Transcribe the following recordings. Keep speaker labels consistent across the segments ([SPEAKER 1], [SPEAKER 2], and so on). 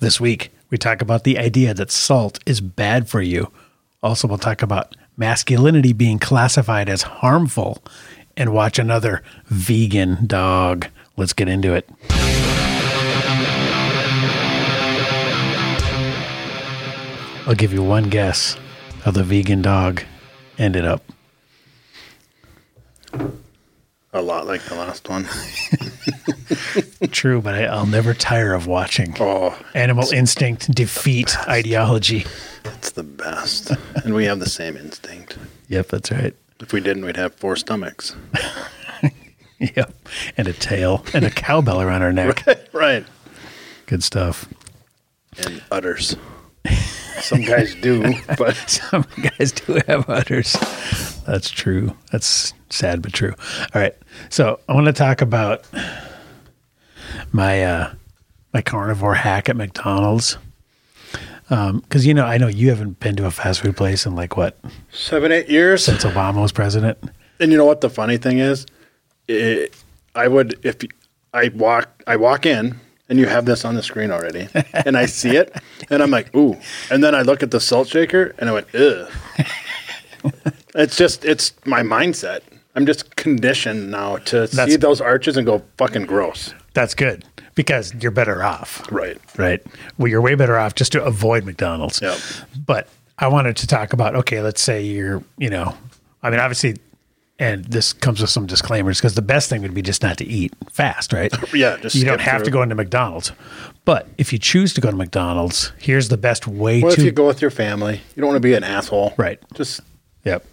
[SPEAKER 1] This week, we talk about the idea that salt is bad for you. Also, we'll talk about masculinity being classified as harmful and watch another vegan dog. Let's get into it. I'll give you one guess how the vegan dog ended up.
[SPEAKER 2] A lot like the last one.
[SPEAKER 1] True, but I, I'll never tire of watching.
[SPEAKER 2] Oh,
[SPEAKER 1] Animal instinct defeat ideology.
[SPEAKER 2] it's the best. and we have the same instinct.
[SPEAKER 1] Yep, that's right.
[SPEAKER 2] If we didn't, we'd have four stomachs.
[SPEAKER 1] Yep. And a tail and a cowbell around our neck.
[SPEAKER 2] right.
[SPEAKER 1] Good stuff.
[SPEAKER 2] And udders. Some guys do, but
[SPEAKER 1] Some guys do have udders. That's true. That's sad but true. All right. So I want to talk about my uh my carnivore hack at McDonald's. Um, because you know, I know you haven't been to a fast food place in like what
[SPEAKER 2] seven, eight years.
[SPEAKER 1] since Obama was president.
[SPEAKER 2] And you know what the funny thing is? It, I would if you- I walk I walk in and you have this on the screen already, and I see it, and I'm like, ooh. And then I look at the salt shaker, and I went, ugh. it's just it's my mindset. I'm just conditioned now to see
[SPEAKER 1] That's-
[SPEAKER 2] those arches and go fucking gross.
[SPEAKER 1] That's good because you're better off.
[SPEAKER 2] Right.
[SPEAKER 1] Right. Well, you're way better off just to avoid McDonald's.
[SPEAKER 2] Yep.
[SPEAKER 1] But I wanted to talk about okay, let's say you're, you know, I mean, obviously, and this comes with some disclaimers because the best thing would be just not to eat fast, right?
[SPEAKER 2] Yeah, just
[SPEAKER 1] you don't
[SPEAKER 2] skip
[SPEAKER 1] have to
[SPEAKER 2] through.
[SPEAKER 1] go into McDonald's. But if you choose to go to McDonald's, here's the best way
[SPEAKER 2] Well,
[SPEAKER 1] to
[SPEAKER 2] if you go with your family, you don't want to be an asshole.
[SPEAKER 1] Right.
[SPEAKER 2] Just
[SPEAKER 1] yep,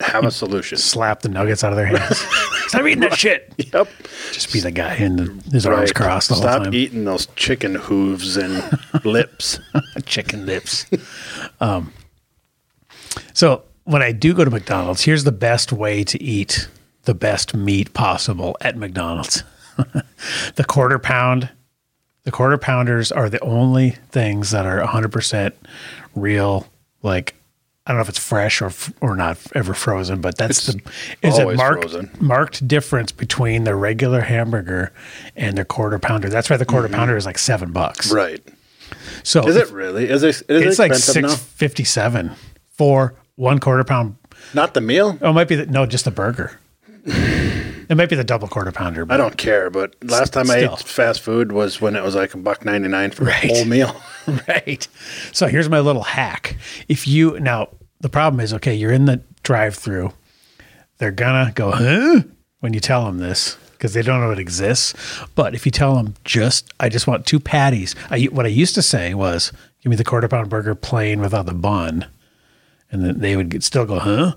[SPEAKER 2] have a solution.
[SPEAKER 1] slap the nuggets out of their hands. Stop eating that shit.
[SPEAKER 2] Yep.
[SPEAKER 1] Just be the guy in the, his arms crossed the
[SPEAKER 2] Stop
[SPEAKER 1] whole time.
[SPEAKER 2] eating those chicken hooves and lips.
[SPEAKER 1] chicken lips. um, so when I do go to McDonald's, here's the best way to eat the best meat possible at McDonald's. the quarter pound, the quarter pounders are the only things that are 100% real. Like I don't know if it's fresh or f- or not ever frozen, but that's the is a
[SPEAKER 2] always
[SPEAKER 1] marked
[SPEAKER 2] frozen.
[SPEAKER 1] marked difference between the regular hamburger and the quarter pounder. That's why the quarter pounder is like seven bucks.
[SPEAKER 2] Mm-hmm. Right.
[SPEAKER 1] So
[SPEAKER 2] Is
[SPEAKER 1] if-
[SPEAKER 2] it really? Is it? Is it
[SPEAKER 1] it's like
[SPEAKER 2] expensive
[SPEAKER 1] six fifty seven for one quarter pound.
[SPEAKER 2] now? Not the meal.
[SPEAKER 1] Oh, it might be the, no, just the burger. it might be the double quarter pounder.
[SPEAKER 2] I
[SPEAKER 1] But
[SPEAKER 2] don't care. But last time I
[SPEAKER 1] Still.
[SPEAKER 2] ate fast food was when it was like a buck ninety nine for
[SPEAKER 1] Right.
[SPEAKER 2] a whole meal.
[SPEAKER 1] right. So here's my little hack. If you now the problem is okay, you're in the drive through. They're gonna go huh when you tell them this because they don't know it exists. But if you tell them just I just want two patties. I what I used to say was give me the quarter pound burger plain without the bun, and then they would get, still go huh.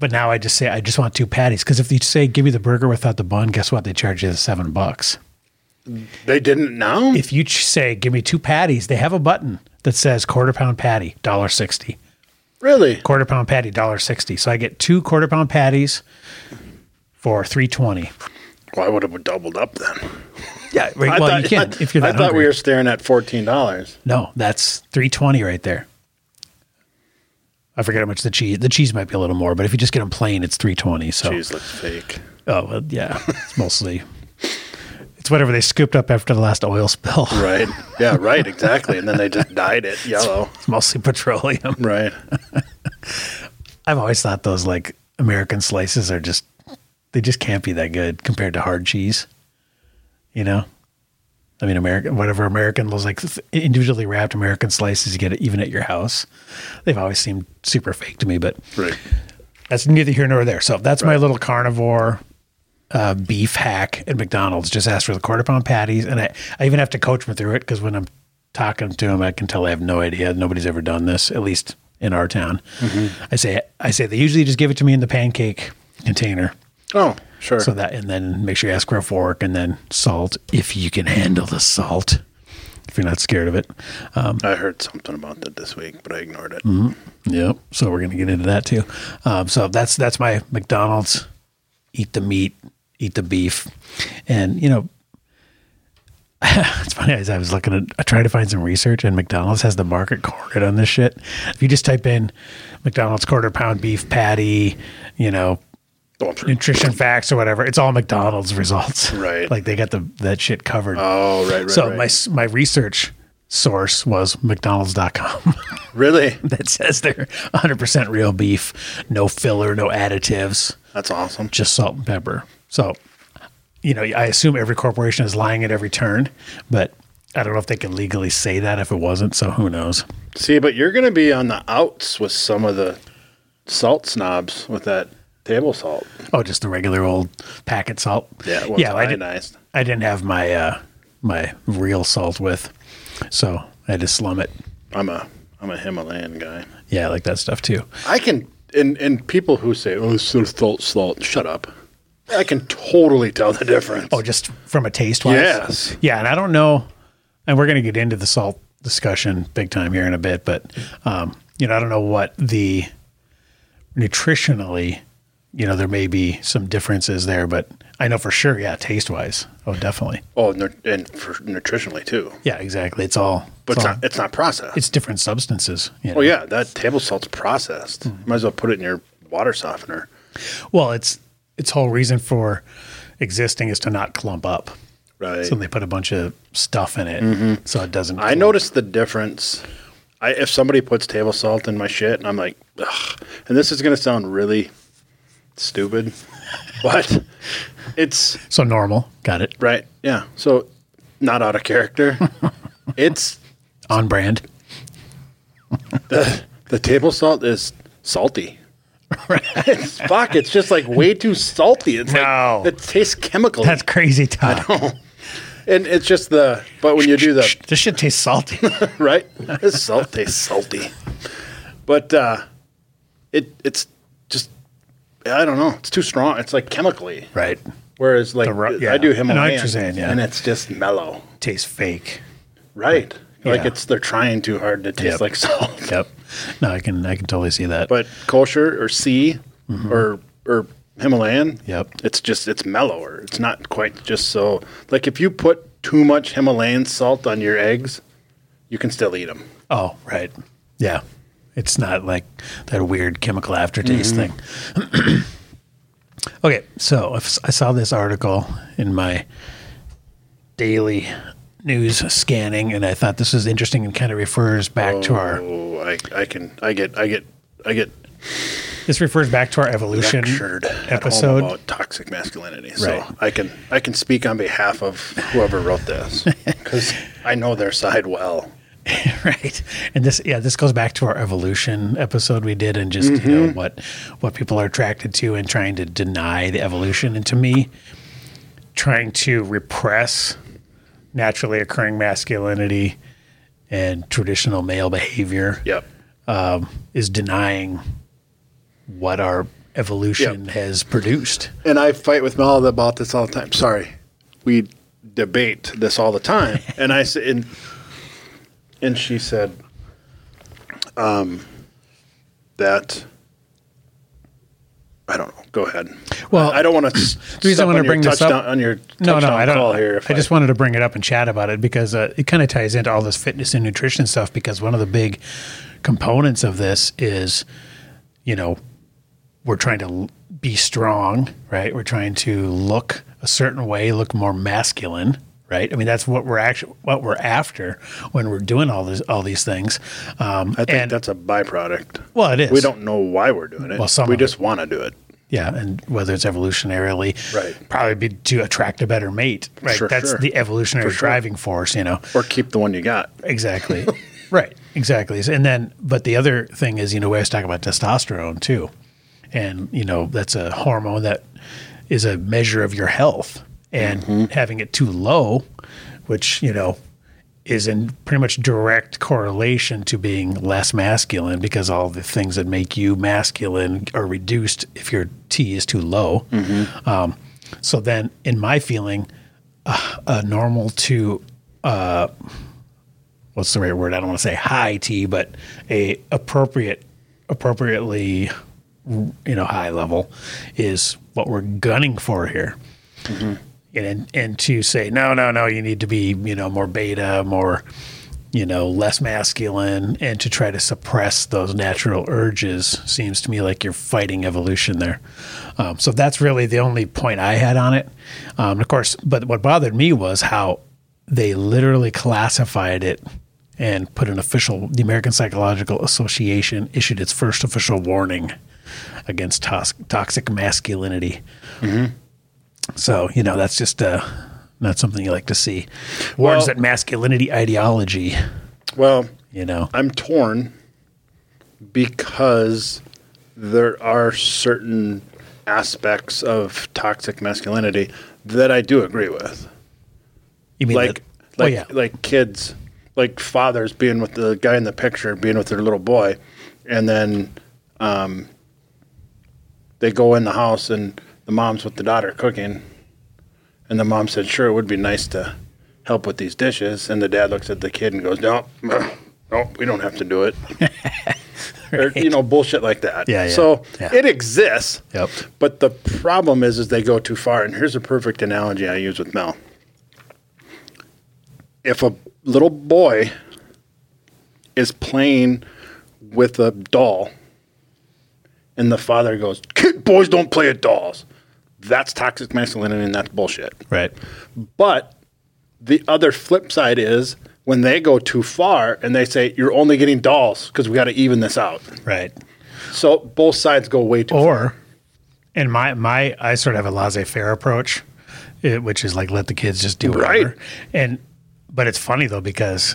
[SPEAKER 1] But now I just say I just want two patties because if you say give me the burger without the bun, guess what? They charge you the seven bucks
[SPEAKER 2] They didn't now.
[SPEAKER 1] if you ch- say give me two patties they have a button that says quarter pound patty dollar sixty
[SPEAKER 2] Really?
[SPEAKER 1] quarter pound patty dollar sixty so i get two quarter pound patties for 320
[SPEAKER 2] Well, I would have doubled up then.
[SPEAKER 1] yeah
[SPEAKER 2] I
[SPEAKER 1] well you can't if you're
[SPEAKER 2] I
[SPEAKER 1] that
[SPEAKER 2] thought we
[SPEAKER 1] hungry.
[SPEAKER 2] were staring at fourteen dollars.
[SPEAKER 1] no that's 320 right there i forget how much the cheese the cheese might be a little more but if you just get them plain it's 320 so
[SPEAKER 2] Cheese looks fake.
[SPEAKER 1] oh well, yeah it's mostly it's whatever they scooped up after the last oil spill
[SPEAKER 2] Right. Yeah. Right. Exactly. And then they just dyed it yellow.
[SPEAKER 1] it's mostly petroleum
[SPEAKER 2] Right.
[SPEAKER 1] I've always thought those like American slices are just they just can't be that good compared to hard cheese. You know, I mean, American whatever American those like th- individually wrapped American slices you get even at your house, they've always seemed super fake to me. But
[SPEAKER 2] Right.
[SPEAKER 1] that's neither here nor there. So that's my little carnivore uh, beef hack at McDonald's. Just ask for the quarter pound patties, and I, I even have to coach them through it because when I'm talking to them, I can tell I have no idea. Nobody's ever done this, at least in our town. I say I say they usually just give it to me in the pancake container,
[SPEAKER 2] Oh, sure.
[SPEAKER 1] so that and then make sure you ask for a fork and then salt if you can handle the salt. If you're not scared of it, um,
[SPEAKER 2] I heard something about that this week, but I ignored it.
[SPEAKER 1] Mm-hmm. Yep. So we're gonna get into that too. Um, so that's that's my McDonald's. Eat the meat, eat the beef, and you know, it's funny. As I was looking at, I tried to find some research, and McDonald's has the market cornered on this shit. If you just type in McDonald's quarter pound beef patty, you know,
[SPEAKER 2] Oh, I'm sorry.
[SPEAKER 1] nutrition facts or whatever, it's all McDonald's results.
[SPEAKER 2] Right.
[SPEAKER 1] Like they got the that shit covered.
[SPEAKER 2] Oh, right, right.
[SPEAKER 1] So
[SPEAKER 2] right.
[SPEAKER 1] my my research source was McDonald's.com
[SPEAKER 2] Really?
[SPEAKER 1] that says they're 100% real beef, no filler, no additives,
[SPEAKER 2] That's awesome.
[SPEAKER 1] just salt and pepper. So, you know, I assume every corporation is lying at every turn, but I don't know if they could legally say that if it wasn't. So who knows?
[SPEAKER 2] See, but you're going to be on the outs with some of the salt snobs with that table salt.
[SPEAKER 1] Oh, just the regular old packet salt.
[SPEAKER 2] Yeah, well,
[SPEAKER 1] yeah.
[SPEAKER 2] yeah,
[SPEAKER 1] I didn't,
[SPEAKER 2] ionized.
[SPEAKER 1] I didn't have my uh, my real salt with, so I had to slum it.
[SPEAKER 2] I'm a I'm a Himalayan guy.
[SPEAKER 1] Yeah, I like that stuff too.
[SPEAKER 2] I can and and people who say oh it's sort of salt salt shut up. I can totally tell the difference.
[SPEAKER 1] Oh, just from a taste wise.
[SPEAKER 2] Yes.
[SPEAKER 1] Yeah, and I don't know, and we're going to get into the salt discussion big time here in a bit, but um, you know, I don't know what the nutritionally, you know, there may be some differences there, but I know for sure, yeah, taste wise. Oh, definitely.
[SPEAKER 2] Oh, nu- and for nutritionally too.
[SPEAKER 1] Yeah, exactly. It's all,
[SPEAKER 2] But it's
[SPEAKER 1] all-
[SPEAKER 2] not it's not processed.
[SPEAKER 1] it's different substances. You know?
[SPEAKER 2] well, yeah, that table salt's processed.
[SPEAKER 1] Mm-hmm.
[SPEAKER 2] Might as well put it in your water softener.
[SPEAKER 1] Well, it's its whole reason for existing is to not clump up.
[SPEAKER 2] Right. Mm-hmm.
[SPEAKER 1] So they put a bunch of stuff in it, so it doesn't.
[SPEAKER 2] I noticed the difference. I if somebody puts table salt in my shit, and I'm like, Ugh. and this is gonna sound really stupid, but it's
[SPEAKER 1] so normal. Got it
[SPEAKER 2] right. Yeah, so not out of character. it's
[SPEAKER 1] on brand.
[SPEAKER 2] the table salt is salty. it's, fuck, it's just like way too salty. It's
[SPEAKER 1] No.
[SPEAKER 2] like it tastes chemical,
[SPEAKER 1] That's crazy talk.
[SPEAKER 2] and it's just the. But when you do the
[SPEAKER 1] This shit tastes salty.
[SPEAKER 2] right? This salt tastes salty. But uh, it it's just I don't know. It's too strong. It's like chemically.
[SPEAKER 1] right.
[SPEAKER 2] Whereas like
[SPEAKER 1] ru- yeah. I know
[SPEAKER 2] I do
[SPEAKER 1] what you're
[SPEAKER 2] Himalayan,
[SPEAKER 1] saying, yeah.
[SPEAKER 2] and it's just mellow.
[SPEAKER 1] Tastes fake.
[SPEAKER 2] Right. Like
[SPEAKER 1] Yeah.
[SPEAKER 2] it's they're trying too hard to taste
[SPEAKER 1] Yep.
[SPEAKER 2] like salt.
[SPEAKER 1] Yep. No, I can I can totally see that.
[SPEAKER 2] But kosher or C or or Himalayan.
[SPEAKER 1] Mm-hmm. Yep.
[SPEAKER 2] It's just it's mellower. It's not quite just so like if you put too much Himalayan salt on your eggs, you can still eat them.
[SPEAKER 1] oh, right. Yeah. It's not like that weird chemical aftertaste
[SPEAKER 2] Mm-hmm.
[SPEAKER 1] thing. okay, so if I saw this article in my daily news scanning, and I thought this was interesting and kind of refers back to our
[SPEAKER 2] Oh, I, I can I get I get I get
[SPEAKER 1] this refers back to our evolution
[SPEAKER 2] lectured at home
[SPEAKER 1] episode.
[SPEAKER 2] about toxic masculinity. So
[SPEAKER 1] Right.
[SPEAKER 2] I can I can speak on behalf of whoever wrote this because I know their side well.
[SPEAKER 1] right and this yeah this goes back to our evolution episode we did and just you know what what people are attracted to and trying to deny the evolution and to me trying to repress naturally occurring masculinity and traditional male behavior
[SPEAKER 2] Yep.
[SPEAKER 1] um, is denying what our evolution has produced
[SPEAKER 2] And I fight with Mel about this all the time. Sorry, we debate this all the time. And I said, and, and she said, um, that I don't know. Go ahead.
[SPEAKER 1] Well,
[SPEAKER 2] I, I don't want to.
[SPEAKER 1] the reason I wanna bring this up-
[SPEAKER 2] on your
[SPEAKER 1] no, no, I don't.
[SPEAKER 2] call here. if
[SPEAKER 1] I just wanted to bring it up and chat about it because uh, it kind of ties into all this fitness and nutrition stuff. Because one of the big components of this is, you know, we're trying to l- be strong, right? We're trying to look a certain way, look more masculine, right? I mean, that's what we're actually what we're after when we're doing all this all these things. Um,
[SPEAKER 2] I think
[SPEAKER 1] and-
[SPEAKER 2] that's a byproduct.
[SPEAKER 1] well, it is.
[SPEAKER 2] We don't know why we're doing it.
[SPEAKER 1] Well, some
[SPEAKER 2] we
[SPEAKER 1] of it.
[SPEAKER 2] just want to do it.
[SPEAKER 1] Yeah, and whether it's evolutionarily,
[SPEAKER 2] Right.
[SPEAKER 1] probably be to attract a better mate, right?
[SPEAKER 2] Sure,
[SPEAKER 1] That's
[SPEAKER 2] sure.
[SPEAKER 1] the evolutionary
[SPEAKER 2] For sure.
[SPEAKER 1] driving force, you know.
[SPEAKER 2] Or keep the one you got.
[SPEAKER 1] Exactly. right. Exactly. And then, but the other thing is, you know, we always talk about testosterone too. And, you know, that's a hormone that is a measure of your health. And having it too low, which, you know, is in pretty much direct correlation to being less masculine because all the things that make you masculine are reduced if your T is too low. Um, so then, in my feeling, uh, a normal to what's the right word? I don't want to say high T, but a appropriate, appropriately, you know, high level is what we're gunning for here. And and to say no, no, no, you need to be you know more beta, more you know less masculine, and to try to suppress those natural urges seems to me like you're fighting evolution there. Um, so that's really the only point I had on it. Um, of course, but what bothered me was how they literally classified it and put an official. The American Psychological Association issued its first official warning against tos- toxic masculinity. So you know that's just uh, not something you like to see. Warns
[SPEAKER 2] Well-
[SPEAKER 1] that masculinity ideology.
[SPEAKER 2] Well,
[SPEAKER 1] You know,
[SPEAKER 2] I'm torn because there are certain aspects of toxic masculinity that I do agree with.
[SPEAKER 1] you mean
[SPEAKER 2] Like
[SPEAKER 1] that-
[SPEAKER 2] like
[SPEAKER 1] oh yeah,
[SPEAKER 2] like kids, like fathers being with the guy in the picture being with their little boy and then um they go in the house and the mom's with the daughter cooking and the mom said, "Sure, it would be nice to help with these dishes." And the dad looks at the kid and goes, "No, no, we don't have to do it." Or, you know, bullshit like that.
[SPEAKER 1] Yeah, yeah,
[SPEAKER 2] So
[SPEAKER 1] yeah.
[SPEAKER 2] it exists.
[SPEAKER 1] Yep.
[SPEAKER 2] But the problem is, is they go too far. And here's a perfect analogy I use with Mel. If a little boy is playing with a doll, and the father goes, "Kid, boys don't play with dolls." That's toxic masculinity, and that's bullshit.
[SPEAKER 1] right.
[SPEAKER 2] But the other flip side is when they go too far and they say, you're only getting dolls because we got to even this out.
[SPEAKER 1] Right.
[SPEAKER 2] So both sides go way too far.
[SPEAKER 1] Or, and my my I sort of have a laissez faire approach, eh, which is like let the kids just do whatever.
[SPEAKER 2] Right.
[SPEAKER 1] And but it's funny though because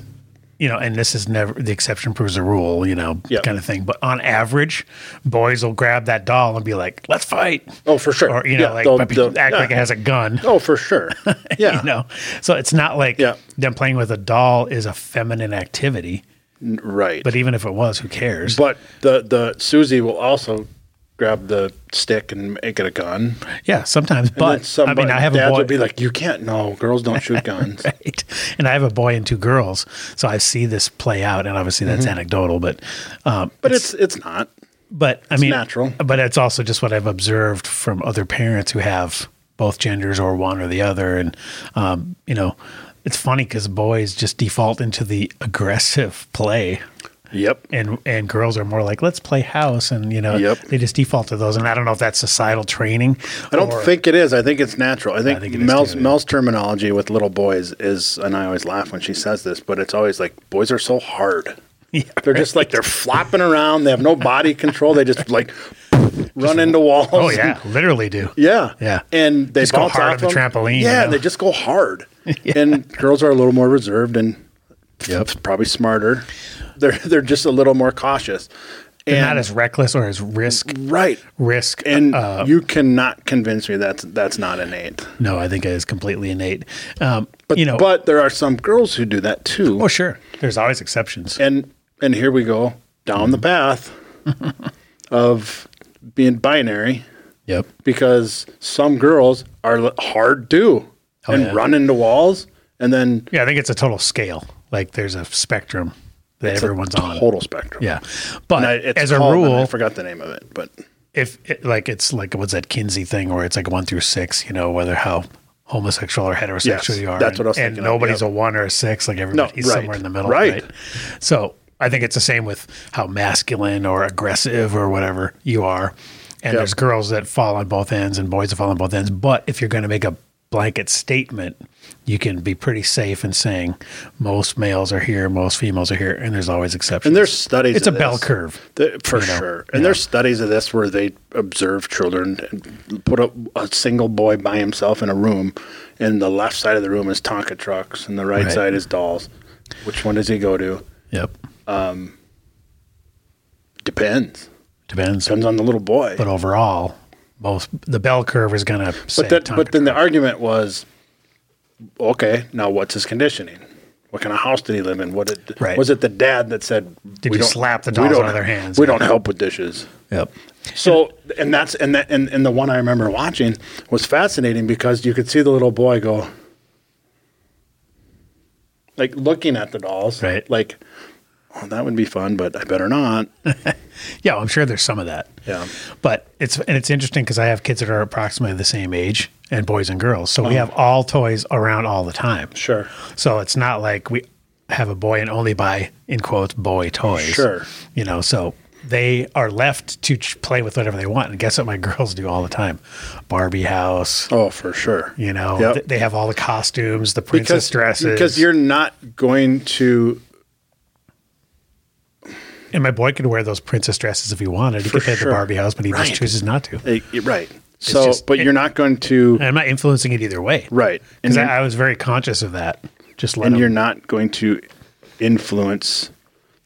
[SPEAKER 1] you know, and this is never the exception proves the rule, you know,
[SPEAKER 2] Yeah.
[SPEAKER 1] kind of thing. But on average, boys will grab that doll and be like, "Let's fight,"
[SPEAKER 2] Oh, for sure.
[SPEAKER 1] or you know,
[SPEAKER 2] Yeah,
[SPEAKER 1] like
[SPEAKER 2] they'll-
[SPEAKER 1] but be-
[SPEAKER 2] they'll-
[SPEAKER 1] act
[SPEAKER 2] yeah.
[SPEAKER 1] like it has a gun.
[SPEAKER 2] Oh, for sure. Yeah.
[SPEAKER 1] You know, so it's not like
[SPEAKER 2] Yeah.
[SPEAKER 1] them playing with a doll is a feminine activity.
[SPEAKER 2] Right. But,
[SPEAKER 1] But even if it was, who cares?
[SPEAKER 2] the, the Susie will also grab the stick and make it a gun.
[SPEAKER 1] yeah, sometimes.
[SPEAKER 2] But
[SPEAKER 1] But I mean, I have
[SPEAKER 2] dads
[SPEAKER 1] a boy.
[SPEAKER 2] will be like, you can't. No, girls don't shoot guns.
[SPEAKER 1] right? And I have a boy and two girls, so I see this play out, and obviously that's
[SPEAKER 2] Mm-hmm.
[SPEAKER 1] anecdotal, but um,
[SPEAKER 2] But it's it's not.
[SPEAKER 1] but I mean
[SPEAKER 2] natural.
[SPEAKER 1] but it's also just what I've observed from other parents who have both genders or one or the other, and um, you know, it's funny because boys just default into the aggressive play.
[SPEAKER 2] Yep.
[SPEAKER 1] And, and girls are more like let's play house and you know
[SPEAKER 2] Yep.
[SPEAKER 1] they just default to those and I don't know if that's societal training.
[SPEAKER 2] I don't
[SPEAKER 1] or-
[SPEAKER 2] think it is. I think it's natural. I think,
[SPEAKER 1] think it is
[SPEAKER 2] Mel's
[SPEAKER 1] too, yeah.
[SPEAKER 2] Mel's terminology with little boys is, and I always laugh when she says this, but it's always like boys are so hard.
[SPEAKER 1] Yeah,
[SPEAKER 2] They're just like they're flopping around. They have no body control. They just like run into walls.
[SPEAKER 1] oh yeah literally do
[SPEAKER 2] yeah,
[SPEAKER 1] Yeah.
[SPEAKER 2] And they
[SPEAKER 1] Just go
[SPEAKER 2] bounce
[SPEAKER 1] hard
[SPEAKER 2] off
[SPEAKER 1] on the
[SPEAKER 2] them.
[SPEAKER 1] trampoline, you
[SPEAKER 2] Yeah,
[SPEAKER 1] know?
[SPEAKER 2] they just go hard. And girls are a little more reserved and
[SPEAKER 1] Yep.
[SPEAKER 2] probably smarter. They're they're just a little more cautious.
[SPEAKER 1] they're not as reckless or as risk
[SPEAKER 2] right.
[SPEAKER 1] risk
[SPEAKER 2] And
[SPEAKER 1] uh,
[SPEAKER 2] you cannot convince me that's that's not innate.
[SPEAKER 1] No, I think it is completely innate. Um,
[SPEAKER 2] But
[SPEAKER 1] you know,
[SPEAKER 2] but there are some girls who do that too.
[SPEAKER 1] oh sure, there's always exceptions.
[SPEAKER 2] and and here we go down the path of being binary
[SPEAKER 1] Yep.
[SPEAKER 2] because some girls are l- hard to and
[SPEAKER 1] Oh, yeah.
[SPEAKER 2] run into walls and then
[SPEAKER 1] Yeah, I think it's a total scale. Like there's a spectrum that
[SPEAKER 2] it's a
[SPEAKER 1] everyone's on.
[SPEAKER 2] total spectrum.
[SPEAKER 1] Yeah, but
[SPEAKER 2] And I- it's
[SPEAKER 1] as a
[SPEAKER 2] called- and I
[SPEAKER 1] rule,
[SPEAKER 2] forgot the name of it, but
[SPEAKER 1] if it, like it's like what's that Kinsey thing where it's like one through six, you know, whether how homosexual or heterosexual
[SPEAKER 2] Yes,
[SPEAKER 1] you are.
[SPEAKER 2] that's what I was
[SPEAKER 1] and,
[SPEAKER 2] thinking
[SPEAKER 1] And
[SPEAKER 2] of,
[SPEAKER 1] nobody's
[SPEAKER 2] yep.
[SPEAKER 1] a one or a six. Like everybody's
[SPEAKER 2] right,
[SPEAKER 1] somewhere in the middle.
[SPEAKER 2] right.
[SPEAKER 1] So I think it's the same with how masculine or aggressive or whatever you are. And
[SPEAKER 2] Yep.
[SPEAKER 1] there's girls that fall on both ends and boys that fall on both ends. But if you're going to make a blanket statement, you can be pretty safe in saying most males are here, most females are here, and there's always exceptions.
[SPEAKER 2] and there's studies.
[SPEAKER 1] it's a
[SPEAKER 2] of
[SPEAKER 1] bell
[SPEAKER 2] this.
[SPEAKER 1] curve.
[SPEAKER 2] The- for
[SPEAKER 1] know,
[SPEAKER 2] sure. And there's studies of this where they observe children and put a, a single boy by himself in a room, and the left side of the room is Tonka trucks, and the right,
[SPEAKER 1] Right.
[SPEAKER 2] side is dolls. Which one does he go to?
[SPEAKER 1] Yep.
[SPEAKER 2] Depends.
[SPEAKER 1] Depends.
[SPEAKER 2] Depends on the little boy.
[SPEAKER 1] but overall, most the bell curve is going to.
[SPEAKER 2] But that, but then the argument was, okay, now what's his conditioning? What kind of house did he live in? What did,
[SPEAKER 1] Right.
[SPEAKER 2] was it? The dad that said,
[SPEAKER 1] Did
[SPEAKER 2] "We
[SPEAKER 1] you
[SPEAKER 2] don't-
[SPEAKER 1] slap the
[SPEAKER 2] we
[SPEAKER 1] dolls
[SPEAKER 2] don't-
[SPEAKER 1] out of their hands?"
[SPEAKER 2] We don't help with dishes."
[SPEAKER 1] yep.
[SPEAKER 2] So, and that's and that and, and the one I remember watching was fascinating because you could see the little boy go, like looking at the dolls,
[SPEAKER 1] Right.
[SPEAKER 2] Like, oh, that would be fun, but I better not.
[SPEAKER 1] Yeah, I'm sure there's some of that.
[SPEAKER 2] Yeah.
[SPEAKER 1] But it's and it's interesting because I have kids that are approximately the same age and boys and girls, so
[SPEAKER 2] Uh-huh.
[SPEAKER 1] we have all toys around all the time.
[SPEAKER 2] Sure.
[SPEAKER 1] So it's not like we have a boy and only buy in quotes boy toys.
[SPEAKER 2] Sure.
[SPEAKER 1] You know, so they are left to ch- play with whatever they want. And guess what my girls do all the time? Barbie house.
[SPEAKER 2] Oh, for sure.
[SPEAKER 1] You know,
[SPEAKER 2] Yep.
[SPEAKER 1] th- they have all the costumes, the princess dresses.
[SPEAKER 2] Because you're not going to
[SPEAKER 1] and my boy could wear those princess dresses if he wanted. He could pay the
[SPEAKER 2] sure.
[SPEAKER 1] Barbie house, but he
[SPEAKER 2] Right.
[SPEAKER 1] just chooses not to.
[SPEAKER 2] Eh, eh, right. So,
[SPEAKER 1] just-
[SPEAKER 2] but
[SPEAKER 1] it-
[SPEAKER 2] you're not going to
[SPEAKER 1] And I'm not influencing it either way.
[SPEAKER 2] right, and
[SPEAKER 1] Because
[SPEAKER 2] you're,
[SPEAKER 1] I, I was very conscious of that. Just let
[SPEAKER 2] and
[SPEAKER 1] him.
[SPEAKER 2] you're not going to influence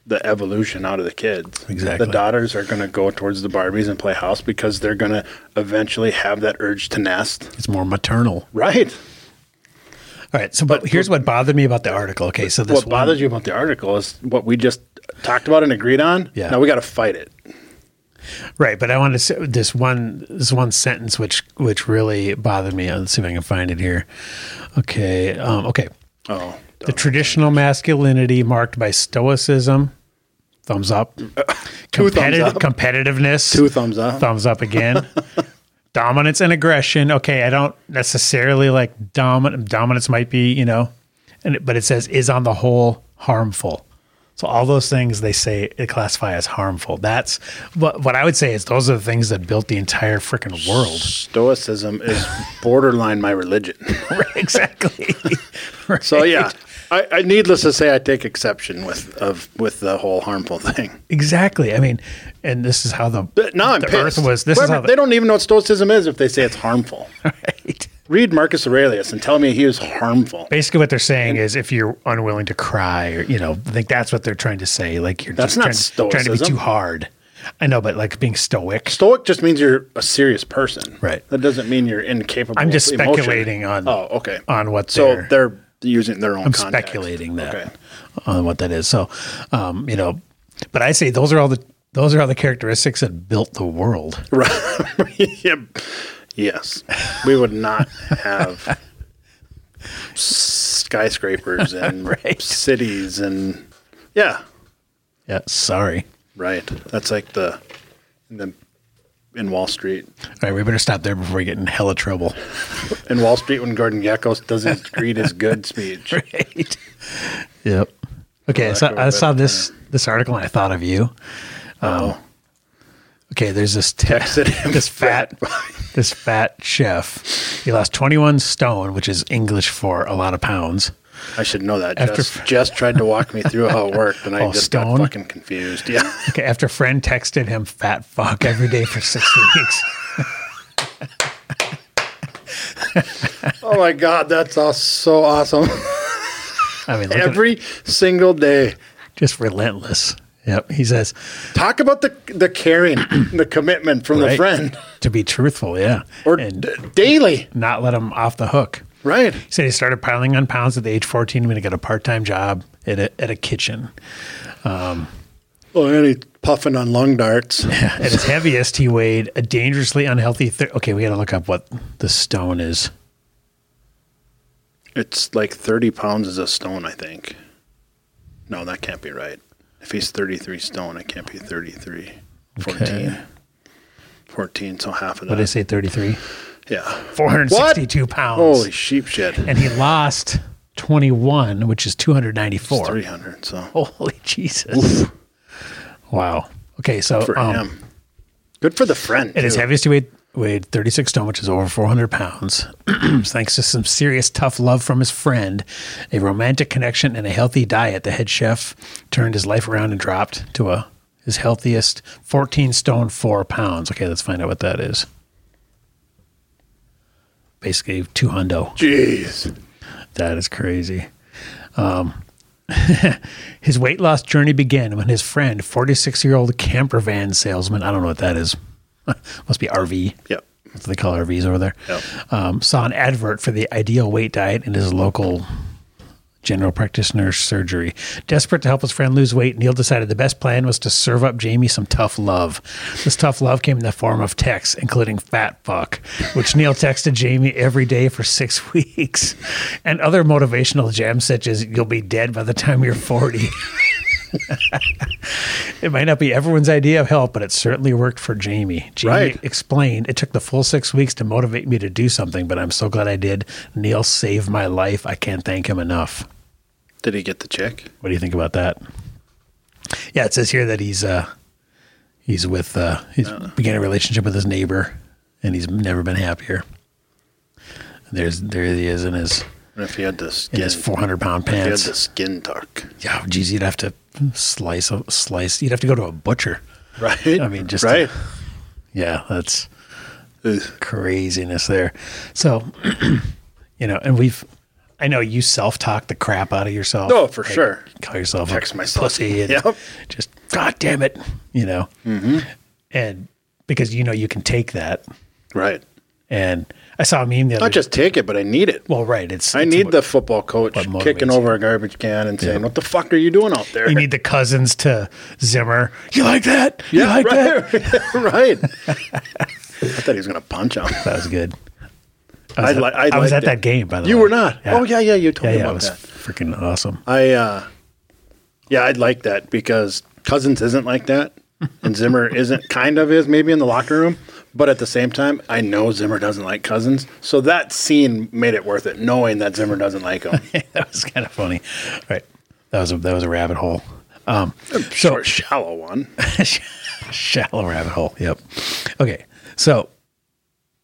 [SPEAKER 2] the evolution out of the kids.
[SPEAKER 1] Exactly.
[SPEAKER 2] The daughters are going to go towards the Barbies and play house because they're going to eventually have that urge to nest.
[SPEAKER 1] it's more maternal.
[SPEAKER 2] Right.
[SPEAKER 1] All right. So, but, here's what bothered me about the article. Okay. So this
[SPEAKER 2] what bothers you about the article is what we just talked about and agreed on.
[SPEAKER 1] Yeah.
[SPEAKER 2] Now we got to fight it.
[SPEAKER 1] one, right? But I wanted to say this one this one sentence which which really bothered me. Let's see if I can find it here. Okay. Um, okay.
[SPEAKER 2] Oh,
[SPEAKER 1] The traditional masculinity marked by stoicism. Thumbs up.
[SPEAKER 2] two thumbs up.
[SPEAKER 1] Competitiveness.
[SPEAKER 2] two thumbs up.
[SPEAKER 1] thumbs up again. dominance and aggression. Okay, I don't necessarily like dominant. Dominance might be, you know, and it- but it says is on the whole harmful. So all those things they say they classify as harmful. That's what what I would say is those are the things that built the entire freaking world.
[SPEAKER 2] Stoicism is borderline my religion.
[SPEAKER 1] Right, exactly. Right.
[SPEAKER 2] So yeah, I, I needless to say I take exception with of with the whole harmful thing.
[SPEAKER 1] exactly. I mean, and this is how the
[SPEAKER 2] But now I'm
[SPEAKER 1] the
[SPEAKER 2] pissed.
[SPEAKER 1] earth was. This
[SPEAKER 2] Whoever-
[SPEAKER 1] is how
[SPEAKER 2] they
[SPEAKER 1] the,
[SPEAKER 2] don't even know what stoicism is if they say it's harmful.
[SPEAKER 1] right.
[SPEAKER 2] Read Marcus Aurelius and tell me he was harmful.
[SPEAKER 1] Basically, what they're saying is if you're unwilling to cry, or you know, I think that's what they're trying to say. Like you're
[SPEAKER 2] That's
[SPEAKER 1] just trying,
[SPEAKER 2] not
[SPEAKER 1] trying to be
[SPEAKER 2] stoicism.
[SPEAKER 1] too hard. I know, but like being stoic.
[SPEAKER 2] Stoic just means you're a serious person.
[SPEAKER 1] Right.
[SPEAKER 2] That doesn't mean you're incapable.
[SPEAKER 1] I'm
[SPEAKER 2] of
[SPEAKER 1] just
[SPEAKER 2] emotion.
[SPEAKER 1] speculating on
[SPEAKER 2] Oh, okay.
[SPEAKER 1] on what
[SPEAKER 2] so
[SPEAKER 1] they're,
[SPEAKER 2] they're, using their own. I'm
[SPEAKER 1] speculating that
[SPEAKER 2] Okay.
[SPEAKER 1] on what that is. So, um, you know, but I say those are all the those are all the characteristics that built the world.
[SPEAKER 2] Right. Yep. Yes. We would not have skyscrapers and
[SPEAKER 1] Right.
[SPEAKER 2] cities and yeah,
[SPEAKER 1] Yeah, sorry.
[SPEAKER 2] right. That's like the in the in Wall Street.
[SPEAKER 1] All right, we better stop there before we get in hella trouble.
[SPEAKER 2] In Wall Street when Gordon Gecko does his greet his good speech.
[SPEAKER 1] right. Yep. Okay,
[SPEAKER 2] that
[SPEAKER 1] so
[SPEAKER 2] could have
[SPEAKER 1] I saw
[SPEAKER 2] been
[SPEAKER 1] this this article and I thought of you. Um,
[SPEAKER 2] Oh.
[SPEAKER 1] Okay, there's this t-
[SPEAKER 2] Texted him
[SPEAKER 1] this fat
[SPEAKER 2] fat boy.
[SPEAKER 1] this fat chef. He lost 21 stone, which is English for a lot of pounds.
[SPEAKER 2] I should know that.
[SPEAKER 1] After-
[SPEAKER 2] Jess, Jess tried to walk me through how it worked and I
[SPEAKER 1] Oh,
[SPEAKER 2] just
[SPEAKER 1] stone?
[SPEAKER 2] got fucking confused. Yeah.
[SPEAKER 1] Okay, after a friend texted him fat fuck every day for six weeks.
[SPEAKER 2] Oh my god, that's all so awesome.
[SPEAKER 1] I mean, look at-
[SPEAKER 2] Every single day.
[SPEAKER 1] just relentless. Yep. He says
[SPEAKER 2] Talk about the the caring, the commitment from the
[SPEAKER 1] Right.
[SPEAKER 2] friend.
[SPEAKER 1] to be truthful, yeah,
[SPEAKER 2] or
[SPEAKER 1] and
[SPEAKER 2] d- daily,
[SPEAKER 1] not let him off the hook.
[SPEAKER 2] right?
[SPEAKER 1] He said he started piling on pounds at the age 14 when he got a part-time job at a, at a kitchen.
[SPEAKER 2] Well, and he puffing on lung darts.
[SPEAKER 1] At his heaviest, he weighed a dangerously unhealthy. Thir- okay, we got to look up what the stone is.
[SPEAKER 2] It's like thirty pounds is a stone, I think. No, that can't be right. If he's thirty-three stone, it can't be thirty-three. Fourteen.
[SPEAKER 1] Okay.
[SPEAKER 2] Fourteen. So half of
[SPEAKER 1] What
[SPEAKER 2] that.
[SPEAKER 1] did I say? 33,
[SPEAKER 2] yeah.
[SPEAKER 1] 462 pounds,
[SPEAKER 2] Holy sheep shit.
[SPEAKER 1] and he lost 21, which is 294.
[SPEAKER 2] Three hundred. So
[SPEAKER 1] Holy Jesus! Wow. Okay, so
[SPEAKER 2] for
[SPEAKER 1] um,
[SPEAKER 2] him. Good for the friend.
[SPEAKER 1] It is
[SPEAKER 2] too.
[SPEAKER 1] heaviest to weight weighed 36 stone, which is over 400 pounds. Thanks to some serious tough love from his friend, a romantic connection, and a healthy diet, the head chef turned his life around and dropped to a his healthiest 14 stone 4 pounds. Okay, let's find out what that is. Basically, two hundo.
[SPEAKER 2] Jeez.
[SPEAKER 1] That is crazy. Um, his weight loss journey began when his friend, 46 year old camper van salesman, I don't know what that is, must be RV.
[SPEAKER 2] Yep.
[SPEAKER 1] That's what they call RVs over there.
[SPEAKER 2] Yep.
[SPEAKER 1] Um, saw an advert for the ideal weight diet in his local general practitioner surgery. Desperate to help his friend lose weight, Neil decided the best plan was to serve up Jamie some tough love. This tough love came in the form of texts, including fat fuck, which Neil texted Jamie every day for six weeks, and other motivational gems such as you'll be dead by the time you're 40. It might not be everyone's idea of help, but it certainly worked for Jamie. Jamie
[SPEAKER 2] Right.
[SPEAKER 1] explained, It took the full six weeks to motivate me to do something, but I'm so glad I did. Neil saved my life. I can't thank him enough.
[SPEAKER 2] Did he get the check?
[SPEAKER 1] What do you think about that? Yeah, it says here that he's uh he's with uh he's began a relationship with his neighbor and he's never been happier. There's there he is in his
[SPEAKER 2] And if he had the skin,
[SPEAKER 1] in his four hundred pound
[SPEAKER 2] if he had
[SPEAKER 1] pants.
[SPEAKER 2] the skin tuck.
[SPEAKER 1] Yeah, geez, you'd have to slice of slice. You'd have to go to a butcher.
[SPEAKER 2] Right.
[SPEAKER 1] I mean, just
[SPEAKER 2] right.
[SPEAKER 1] Yeah, that's
[SPEAKER 2] Ugh.
[SPEAKER 1] craziness there. So, you know, and we've. I know you self talk the crap out of yourself.
[SPEAKER 2] Oh, for sure.
[SPEAKER 1] Call yourself
[SPEAKER 2] Text
[SPEAKER 1] a
[SPEAKER 2] myself.
[SPEAKER 1] pussy and
[SPEAKER 2] Yep. Mm-hmm.
[SPEAKER 1] just God damn it, you know. And because you know you can take that.
[SPEAKER 2] Right.
[SPEAKER 1] And I saw a meme the other
[SPEAKER 2] Not just take it, but I need it.
[SPEAKER 1] well, right. It's
[SPEAKER 2] I
[SPEAKER 1] it's
[SPEAKER 2] need
[SPEAKER 1] what-
[SPEAKER 2] the football coach
[SPEAKER 1] motivates
[SPEAKER 2] kicking
[SPEAKER 1] you.
[SPEAKER 2] over a garbage can and saying, "What the fuck are you doing out there?"
[SPEAKER 1] you need the cousins to Zimmer. You like that? you
[SPEAKER 2] yeah,
[SPEAKER 1] like that?
[SPEAKER 2] right, right. I thought he was gonna punch him.
[SPEAKER 1] That was good.
[SPEAKER 2] I, li- I,
[SPEAKER 1] I was at
[SPEAKER 2] liked it.
[SPEAKER 1] that game, by the
[SPEAKER 2] You
[SPEAKER 1] way.
[SPEAKER 2] were not. Oh yeah, yeah. You
[SPEAKER 1] Yeah,
[SPEAKER 2] told me
[SPEAKER 1] yeah, it
[SPEAKER 2] about
[SPEAKER 1] was
[SPEAKER 2] that.
[SPEAKER 1] freaking awesome.
[SPEAKER 2] I uh, yeah, I'd like that because Cousins isn't like that, and Zimmer isn't. Kind of is maybe in the locker room, but at the same time, I know Zimmer doesn't like Cousins, so that scene made it worth it, knowing that Zimmer doesn't like him.
[SPEAKER 1] that was kind of funny. All right. That was a that was a rabbit hole. Um so
[SPEAKER 2] Short, shallow one.
[SPEAKER 1] shallow rabbit hole. Yep. Okay. So